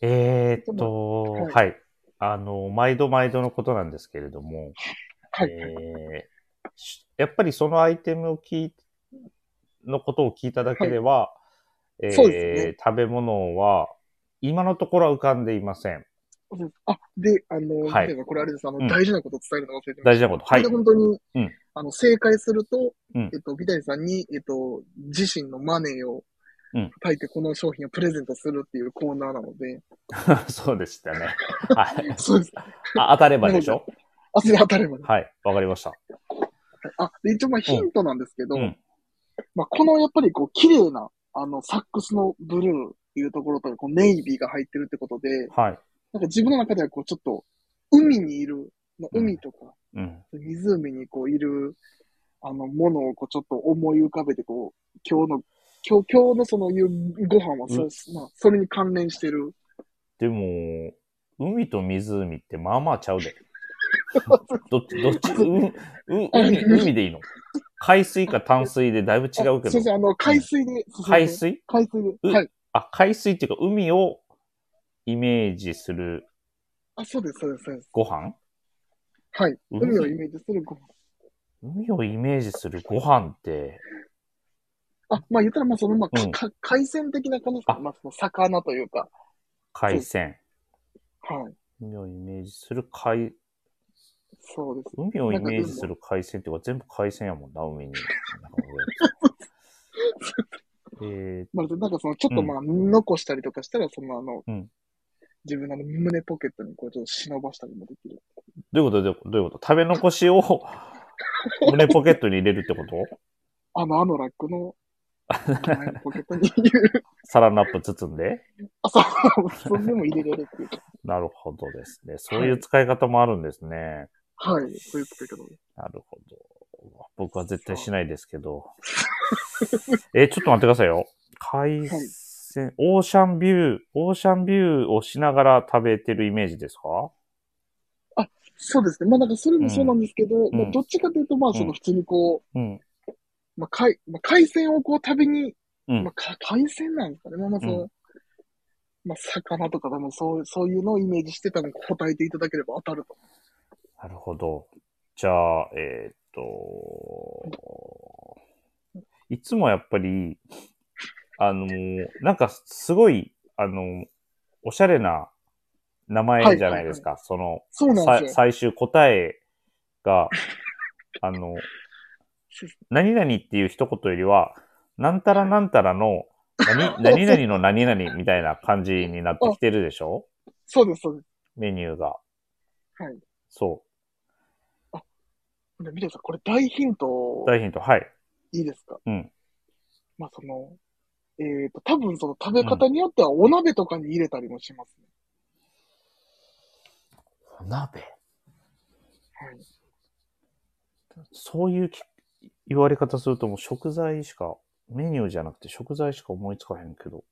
[SPEAKER 1] えーっと、
[SPEAKER 2] はい
[SPEAKER 1] はい。あの、毎度毎度のことなんですけれども、
[SPEAKER 2] はい。
[SPEAKER 1] えーしやっぱりそのアイテムを聞いのことを聞いただけでは、えー
[SPEAKER 2] そうですね
[SPEAKER 1] 食べ物は今のところは浮かんでいません。
[SPEAKER 2] あ、で、あの、
[SPEAKER 1] はい
[SPEAKER 2] 例えばこれあれです、あの、
[SPEAKER 1] うん
[SPEAKER 2] 大事なこと伝えるの忘れてました。
[SPEAKER 1] 大事なこと。はい
[SPEAKER 2] これで。本当に、
[SPEAKER 1] うん
[SPEAKER 2] あの、正解すると、
[SPEAKER 1] うん
[SPEAKER 2] えっと、ビタリさんに、えっと、自身のマネーを、
[SPEAKER 1] うん
[SPEAKER 2] 叩いてこの商品をプレゼントするっていうコーナーなので、
[SPEAKER 1] (laughs) そうでしたね。はい。
[SPEAKER 2] そうです。
[SPEAKER 1] あ当たればでしょ
[SPEAKER 2] あ、それ当たればね。
[SPEAKER 1] はい。わかりました。
[SPEAKER 2] あ、で、一応まあヒントなんですけど、
[SPEAKER 1] うん。
[SPEAKER 2] まあ、このやっぱりこう、綺麗な、あの、サックスのブルーっていうところとか、こう、ネイビーが入ってるってことで、
[SPEAKER 1] はい。
[SPEAKER 2] なんか自分の中ではこう、ちょっと、海にいる、まあ
[SPEAKER 1] うん
[SPEAKER 2] 海とか、
[SPEAKER 1] うん。
[SPEAKER 2] 湖にこう、いる、あの、ものをこう、ちょっと思い浮かべて、こう、今日の、今日、今日のその夕ご飯はそう、まあ、それに関連してる。
[SPEAKER 1] でも、海と湖ってまあまあちゃう
[SPEAKER 2] (laughs)
[SPEAKER 1] で。どっち、どっち、うんうん海、海でいいの海水か淡水でだいぶ違う
[SPEAKER 2] あ
[SPEAKER 1] け
[SPEAKER 2] すいませ
[SPEAKER 1] ど。
[SPEAKER 2] ん、あの、海水で。すいません
[SPEAKER 1] 海水
[SPEAKER 2] 海水で。
[SPEAKER 1] う
[SPEAKER 2] はい。
[SPEAKER 1] あ、海水っていうか、海をイメージする
[SPEAKER 2] あ、そうです、そうです、そうです。
[SPEAKER 1] ご飯
[SPEAKER 2] はい。
[SPEAKER 1] 海
[SPEAKER 2] 海をイメージするご飯。
[SPEAKER 1] 海をイメージするご飯って、
[SPEAKER 2] あ、まあ言ったら、まあその、まあ、
[SPEAKER 1] うん
[SPEAKER 2] かか海鮮的な感じです
[SPEAKER 1] あ
[SPEAKER 2] か、まあその魚というか。
[SPEAKER 1] 海鮮。
[SPEAKER 2] はい。
[SPEAKER 1] 海をイメージする海、
[SPEAKER 2] そうです。
[SPEAKER 1] 海をイメージする海鮮っていうか、全部海鮮やもんな、海に。なんか
[SPEAKER 2] (laughs)
[SPEAKER 1] 俺えー、
[SPEAKER 2] まあ、なんかその、ちょっと
[SPEAKER 1] うん
[SPEAKER 2] まあ、残したりとかしたら、そのあの、
[SPEAKER 1] うん
[SPEAKER 2] 自分のあの胸ポケットにこう、ちょっと忍ばしたりもできる。
[SPEAKER 1] どういうことどういうことどういうこと食べ残しを胸ポケットに入れるってこと
[SPEAKER 2] あの、あのラックの、胸ポケットに入れる。
[SPEAKER 1] サランラップ包んで
[SPEAKER 2] あ、そう、それでも入れれるっていう。
[SPEAKER 1] なるほどですね。そういう使い方もあるんですね。
[SPEAKER 2] はい。そういう使い方です。
[SPEAKER 1] なるほど。僕は絶対しないですけど。え、ちょっと待ってくださいよ。海鮮、オーシャンビュー、オーシャンビューをしながら食べてるイメージですか
[SPEAKER 2] そうですね。まあ、なんかそれもそうなんですけど、
[SPEAKER 1] ん
[SPEAKER 2] まあ、どっちかというと、まあ、その普通にこ
[SPEAKER 1] うん。
[SPEAKER 2] う、まあ、海、まあ、海鮮をこう食べに、
[SPEAKER 1] うん
[SPEAKER 2] まあ、か海鮮なんですかね。まあ、まあ、そうう、まあ、魚とか多分そう、そういうのをイメージして多分答えていただければ当たると。
[SPEAKER 1] なるほど。じゃあ、えーっと、いつもやっぱり、あの、なんかすごい、あの、おしゃれな名前じゃないですか。その、
[SPEAKER 2] そうな
[SPEAKER 1] さ
[SPEAKER 2] んですよ。
[SPEAKER 1] 最終答えが、あの、何々っていう一言よりは、なんたらなんたらの、
[SPEAKER 2] (laughs)
[SPEAKER 1] 何何々の何々みたいな感じになってきてるでしょ
[SPEAKER 2] そうです、そうです。
[SPEAKER 1] メニューが。
[SPEAKER 2] はい。
[SPEAKER 1] そ
[SPEAKER 2] で、ミレイさん、これ大ヒント、
[SPEAKER 1] 大ヒント、はい。
[SPEAKER 2] いいですか
[SPEAKER 1] うん。
[SPEAKER 2] まあ、その、えっ、と、多分その食べ方によってはお鍋とかに入れたりもしますね。
[SPEAKER 1] お鍋
[SPEAKER 2] はい。
[SPEAKER 1] そういうき言われ方するともう食材しか、メニューじゃなくて食材しか思いつかへんけど、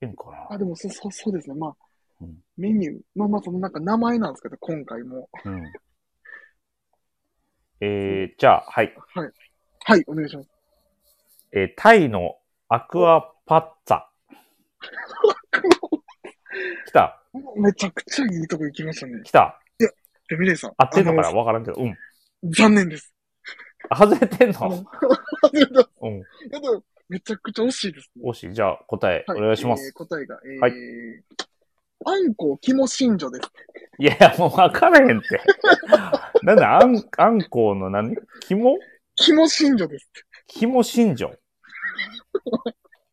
[SPEAKER 1] ええんか
[SPEAKER 2] あ、でもそ、そう、そうですね。まあ
[SPEAKER 1] うん、
[SPEAKER 2] メニュー、まあまあ、そのなんか名前なんですけど、今回も。
[SPEAKER 1] な (laughs) うん。えー、じゃあ、はい。
[SPEAKER 2] はい。はい、お願いします。
[SPEAKER 1] えータイのアクアパッツァ。来た、
[SPEAKER 2] めちゃくちゃいいとこ行きましたね。
[SPEAKER 1] 来た。
[SPEAKER 2] で、ミレイさん。
[SPEAKER 1] 合ってんのかな
[SPEAKER 2] あ
[SPEAKER 1] わからんけど。うん。
[SPEAKER 2] 残念です。
[SPEAKER 1] 外れてん
[SPEAKER 2] (laughs) あの
[SPEAKER 1] の
[SPEAKER 2] 外れた
[SPEAKER 1] うん。
[SPEAKER 2] いやでもめちゃくちゃ惜しいですね。
[SPEAKER 1] おし、じゃあ答えお
[SPEAKER 2] は
[SPEAKER 1] 願いしま
[SPEAKER 2] えー
[SPEAKER 1] す。
[SPEAKER 2] 答えが、えー
[SPEAKER 1] はい
[SPEAKER 2] あんこ肝真珠です。
[SPEAKER 1] いやいや、もう分からへんって。なんだ、あん、あんこうの何肝
[SPEAKER 2] 肝真珠です。
[SPEAKER 1] 肝真珠。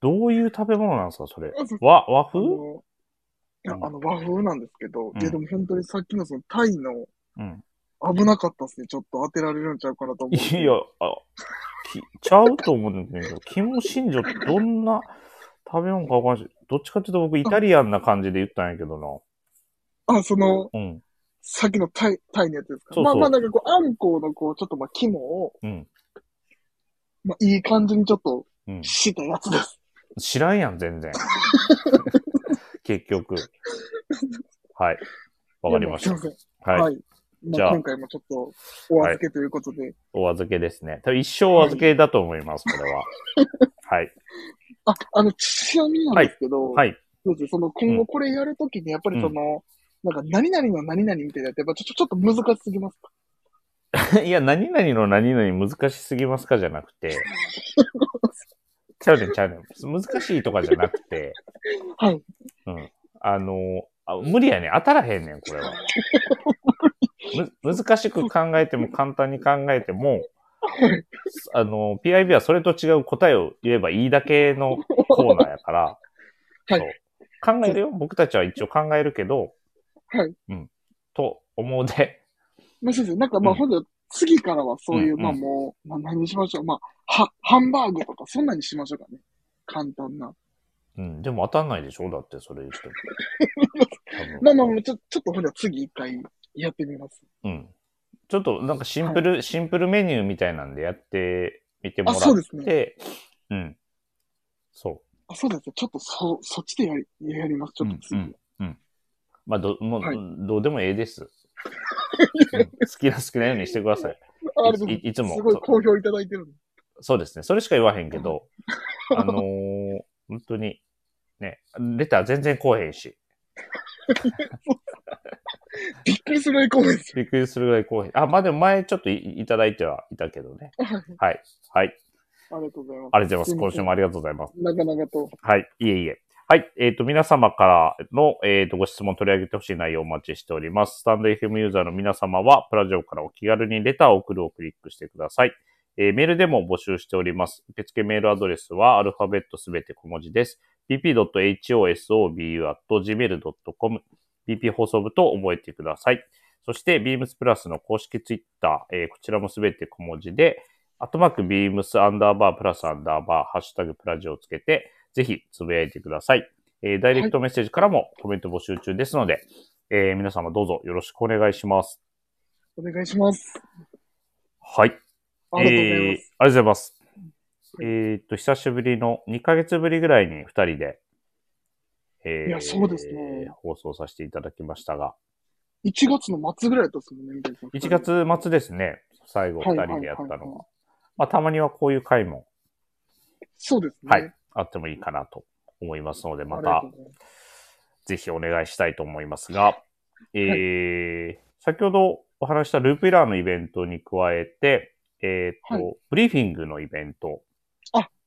[SPEAKER 1] どういう食べ物なんですか、それ。
[SPEAKER 2] あそう
[SPEAKER 1] 和、和
[SPEAKER 2] あ
[SPEAKER 1] 風
[SPEAKER 2] のいやあの和風なんですけど、
[SPEAKER 1] うん
[SPEAKER 2] いやでも本当にさっきのそのタイの
[SPEAKER 1] うん。
[SPEAKER 2] 危なかったですね。ちょっと当てられるんちゃうかなと思って。
[SPEAKER 1] いや、あ、きちゃうと思うんだけど、肝真珠ってどんな食べ物かわからんし、どっちかっていうと僕イタリアンな感じで言ったんやけど
[SPEAKER 2] あ、その、
[SPEAKER 1] な。うん。
[SPEAKER 2] さっきのタイ、タイのやつですか。
[SPEAKER 1] そうそう
[SPEAKER 2] まあまあなんかこう、あんこのこう、ちょっとまあ肝を、
[SPEAKER 1] うん。
[SPEAKER 2] まあいい感じにちょっと
[SPEAKER 1] うん。
[SPEAKER 2] したやつです。
[SPEAKER 1] 知らんやん、全
[SPEAKER 2] (laughs)
[SPEAKER 1] 然。結局。はい。わかりまし
[SPEAKER 2] いやもうすいま
[SPEAKER 1] た。
[SPEAKER 2] せん。
[SPEAKER 1] は。
[SPEAKER 2] はいい。ま
[SPEAKER 1] じゃ
[SPEAKER 2] あ
[SPEAKER 1] あ
[SPEAKER 2] 今回もちょっとお預けということで、
[SPEAKER 1] お預けですね。多分一生お預けだと思います、これは。はい。
[SPEAKER 2] あ、あの、ちなみになんですけど、
[SPEAKER 1] はい。
[SPEAKER 2] そうですねその今後これやるときに、やっぱりその、なんか何々の何々みたいなやつ、やっぱちょちょちょっと難しすぎますか
[SPEAKER 1] (laughs) いや、何々の何々難しすぎますかじゃなく
[SPEAKER 2] (laughs)
[SPEAKER 1] て。ちゃうねん、ちゃうねん。難しいとかじゃなくて、
[SPEAKER 2] はい。
[SPEAKER 1] あの、あ無理やねん。当たらへんねん、これ
[SPEAKER 2] (laughs)
[SPEAKER 1] は。む難しく考えても簡単に考えても、あの、PIB はそれと違う答えを言えばいいだけのコーナーやから、
[SPEAKER 2] はい
[SPEAKER 1] そう考えるよ。僕たちは一応考えるけど、
[SPEAKER 2] はい。
[SPEAKER 1] うん。と思うで、
[SPEAKER 2] まあそうですね。なんかま
[SPEAKER 1] う
[SPEAKER 2] あ
[SPEAKER 1] ん
[SPEAKER 2] ほんと、次からはそういう、
[SPEAKER 1] うん
[SPEAKER 2] まあもう、まあ何にしましょう。まあ、は、ハンバーグとか、そんなにしましょうかね。簡単な。
[SPEAKER 1] うん、でも当たんないでしょだってそれ言っても。多分
[SPEAKER 2] (laughs) まあまあまあ、ちょ、ちょっとほんと次一回やってみます。
[SPEAKER 1] うん。ちょっとなんかシンプル、シンプルメニューみたいなんでやってみてもらっ
[SPEAKER 2] あそうです
[SPEAKER 1] て、うん。そう。
[SPEAKER 2] あ、そうですね。ちょっとそ、そっちでやり、やります。ちょっと次。
[SPEAKER 1] うんまあ、ど、もう、
[SPEAKER 2] はい
[SPEAKER 1] どうでもええです。
[SPEAKER 2] (laughs)
[SPEAKER 1] うん好きな好きなようにしてください。
[SPEAKER 2] ああれでも
[SPEAKER 1] いいつも
[SPEAKER 2] すごい好評いただいてるんで。
[SPEAKER 1] そうですね。それしか言わへんけ
[SPEAKER 2] (laughs)
[SPEAKER 1] ど、あのー本当に、ね、レター全然来おへんし、
[SPEAKER 2] びっくりするぐらい好評ですよ。
[SPEAKER 1] びっくりするぐらい来おへん。あ、まあでも前ちょっといいただいてはいたけど
[SPEAKER 2] (laughs)
[SPEAKER 1] ね。
[SPEAKER 2] はい
[SPEAKER 1] はい。はい。
[SPEAKER 2] ありがとうございます。
[SPEAKER 1] ありがとうござい
[SPEAKER 2] すい
[SPEAKER 1] ま。今
[SPEAKER 2] ますせん
[SPEAKER 1] 週もありがとうございます。
[SPEAKER 2] なかなかと。
[SPEAKER 1] はい。いえいえ。はい。えっ、と、皆様からの、えっ、と、ご質問取り上げてほしい内容をお待ちしております。スタンド FM ユーザーの皆様は、プラジオからお気軽にレターを送るをクリックしてください。えーメールでも募集しております。受付メールアドレスは、アルファベットすべて小文字です。bp.hosobu.gmail.com、bp 放送部と覚えてください。そして、beams プラスの公式ツイッター、えーこちらもすべて小文字で、アットマーク beams アンダーバープラスアンダーバー、ハッシュタグプラジオをつけて、ぜひつぶやいてください。えーダイレクトメッセージからもコメント募集中ですので、えー皆様どうぞよろしくお願いします。
[SPEAKER 2] お願いします。
[SPEAKER 1] はい。
[SPEAKER 2] ありがとうございま
[SPEAKER 1] え
[SPEAKER 2] す。
[SPEAKER 1] ーありがとうございます。
[SPEAKER 2] は
[SPEAKER 1] えーっと、久しぶりの2ヶ月ぶりぐらいに2人で、え
[SPEAKER 2] いやそうですね
[SPEAKER 1] 放送させていただきましたが、
[SPEAKER 2] 1月の末ぐらいだったっすもんね、みたいな。
[SPEAKER 1] 1月末ですね、最後2人でやったの
[SPEAKER 2] は
[SPEAKER 1] が
[SPEAKER 2] いはいはいはい
[SPEAKER 1] まあ、たまにはこういう回も
[SPEAKER 2] そうですね。
[SPEAKER 1] はいあってもいいかなと思いますので、ま
[SPEAKER 2] あ
[SPEAKER 1] た
[SPEAKER 2] りがとうございます
[SPEAKER 1] ぜひお願いしたいと思いますが、えー先ほどお話したループイラーのイベントに加えて、えーっと、
[SPEAKER 2] は
[SPEAKER 1] ブリーフィングのイベント、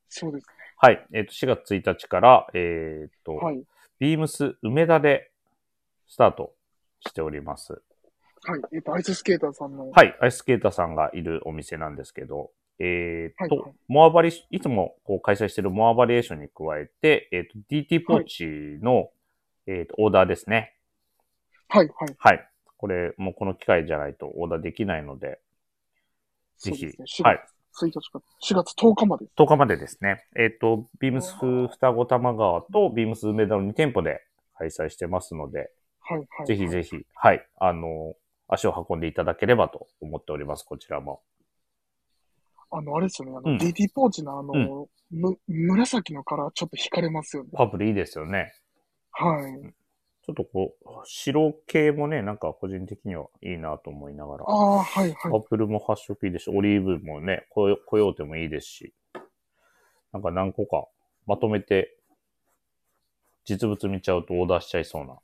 [SPEAKER 2] そうです
[SPEAKER 1] はい、えーっと、4月1日から、えーっと、
[SPEAKER 2] ね。はい。
[SPEAKER 1] ビームス梅田でスタートしております。
[SPEAKER 2] はい。えっ、と、アイススケーターさんの。
[SPEAKER 1] はい、アイスケーターさんがいるお店なんですけど、えーっと、
[SPEAKER 2] はいはい
[SPEAKER 1] モアバリ、いつもこう開催しているモアバリエーションに加えて、えーっと、DT ポーチの、えーっと、オーダーですね。
[SPEAKER 2] はい。はい。
[SPEAKER 1] はい。これ、もうこの機会じゃないとオーダーできないので、ぜひ
[SPEAKER 2] そうですね。4月、
[SPEAKER 1] はい。
[SPEAKER 2] 1日から4月10日まで。
[SPEAKER 1] 10日までですね。えっ、と、ビームス双子玉川とビームス梅田の2店舗で開催してますので、
[SPEAKER 2] はい、はい。
[SPEAKER 1] ぜひぜひ、はい、あの、足を運んでいただければと思っております、こちらも。
[SPEAKER 2] あの、あれですよね、あ
[SPEAKER 1] うん
[SPEAKER 2] の、ディティポーチのあ
[SPEAKER 1] う
[SPEAKER 2] の、む、紫のカラーちょっと惹かれますよね。
[SPEAKER 1] パープルいいですよね。
[SPEAKER 2] はい。
[SPEAKER 1] ちょっとこう、白系もね、なんか個人的にはいいなと思いながら
[SPEAKER 2] あ。あ、はい、
[SPEAKER 1] パ
[SPEAKER 2] は
[SPEAKER 1] ー
[SPEAKER 2] い。
[SPEAKER 1] プルも発色いいですし、オリーブもね、コヨコヨーテもいいですし、なんか何個かまとめて、実物見ちゃうとオーダーしちゃいそうな。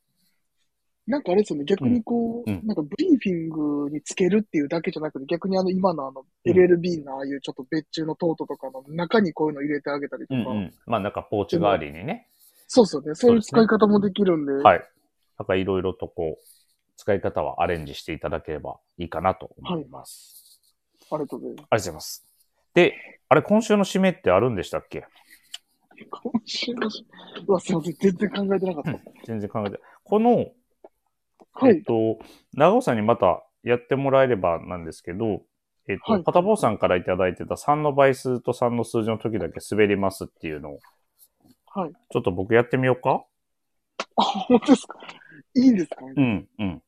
[SPEAKER 2] なんかあれですよね、逆にこう、
[SPEAKER 1] うんうん
[SPEAKER 2] なんかブリーフィングにつけるっていうだけじゃなくて、逆にあの、今のあの、
[SPEAKER 1] うん
[SPEAKER 2] LLB のああいうちょっと別注のトートとかの中にこういうの入れてあげたりと
[SPEAKER 1] うん
[SPEAKER 2] か、
[SPEAKER 1] うん。まあなんかポーチ代わりにね。
[SPEAKER 2] そうですよね、そういう使い方もできるんで、
[SPEAKER 1] はい。なんかいろいろとこう、使い方はアレンジしていただければいいかなと思います。
[SPEAKER 2] ありがとうございま
[SPEAKER 1] あり
[SPEAKER 2] す。
[SPEAKER 1] がとうございます。で、あれ、今週の締めってあるんでしたっけ
[SPEAKER 2] 今週のし、うわ、すいません、全然考えてなかった。
[SPEAKER 1] 全然考えてない。この、
[SPEAKER 2] は
[SPEAKER 1] えっ
[SPEAKER 2] い、
[SPEAKER 1] と、長尾さんにまたやってもらえればなんですけど、えっと、
[SPEAKER 2] はい
[SPEAKER 1] パタボーさんからいただいてた3の倍数と3の数字の時だけ滑りますっていうのを、
[SPEAKER 2] はい。
[SPEAKER 1] ちょっと僕やってみようか
[SPEAKER 2] あ、 (laughs) 本当ですかいいんですか、
[SPEAKER 1] うん、うん。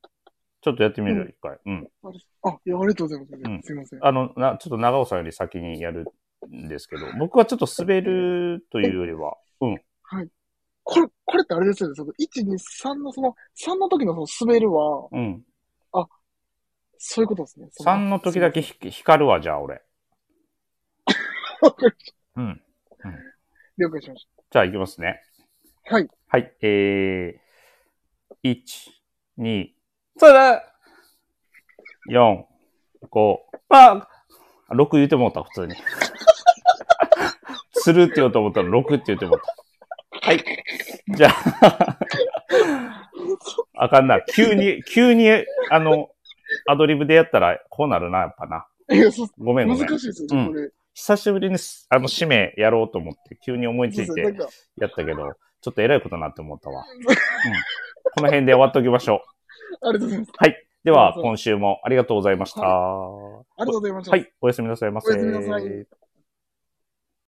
[SPEAKER 1] ちょっとやってみる、一回。うん。
[SPEAKER 2] あれあ、いや、ありがとうございます。
[SPEAKER 1] ん
[SPEAKER 2] すいません。
[SPEAKER 1] あの、な、ちょっと長尾さんより先にやるんですけど、僕はちょっと滑るというよりは、
[SPEAKER 2] これ、これってあれですよね。その、1、2、3のその、3の時のその滑るは、
[SPEAKER 1] うん。
[SPEAKER 2] そういうことですね。そ
[SPEAKER 1] 3の時だ。けひ光るわ、じゃあ俺。
[SPEAKER 2] わかりました
[SPEAKER 1] うん。
[SPEAKER 2] (laughs) 了解しまし
[SPEAKER 1] じゃあ行きますね。
[SPEAKER 2] た。はい。
[SPEAKER 1] はい、えー、1、2、それだ !4、5、あ !6 言うてもうた、普
[SPEAKER 2] (laughs)
[SPEAKER 1] 通に。するって言おうと思ったら6って言うてもうた。はい。じゃあ、あかんな。急に、急に、あの、アドリブでやったらこうなるな、やっぱな。
[SPEAKER 2] (laughs) いや、そう
[SPEAKER 1] ごめんご
[SPEAKER 2] 難
[SPEAKER 1] めん。
[SPEAKER 2] しいですよね、
[SPEAKER 1] うん
[SPEAKER 2] これ。
[SPEAKER 1] 久しぶりにす、あの、使命やろうと思って、急に思いつい
[SPEAKER 2] そう
[SPEAKER 1] て
[SPEAKER 2] ですねなんか、
[SPEAKER 1] やったけど、ちょっとえらいことになって思ったわ。この辺で終わっておきましょう。
[SPEAKER 2] ありがとうございます。
[SPEAKER 1] はい。で
[SPEAKER 2] あ
[SPEAKER 1] は、
[SPEAKER 2] りがとう
[SPEAKER 1] 今週もありがとうございました。
[SPEAKER 2] は
[SPEAKER 1] は
[SPEAKER 2] ありがとうございました。
[SPEAKER 1] い。おやすみなさいませ。
[SPEAKER 2] おやすみなさい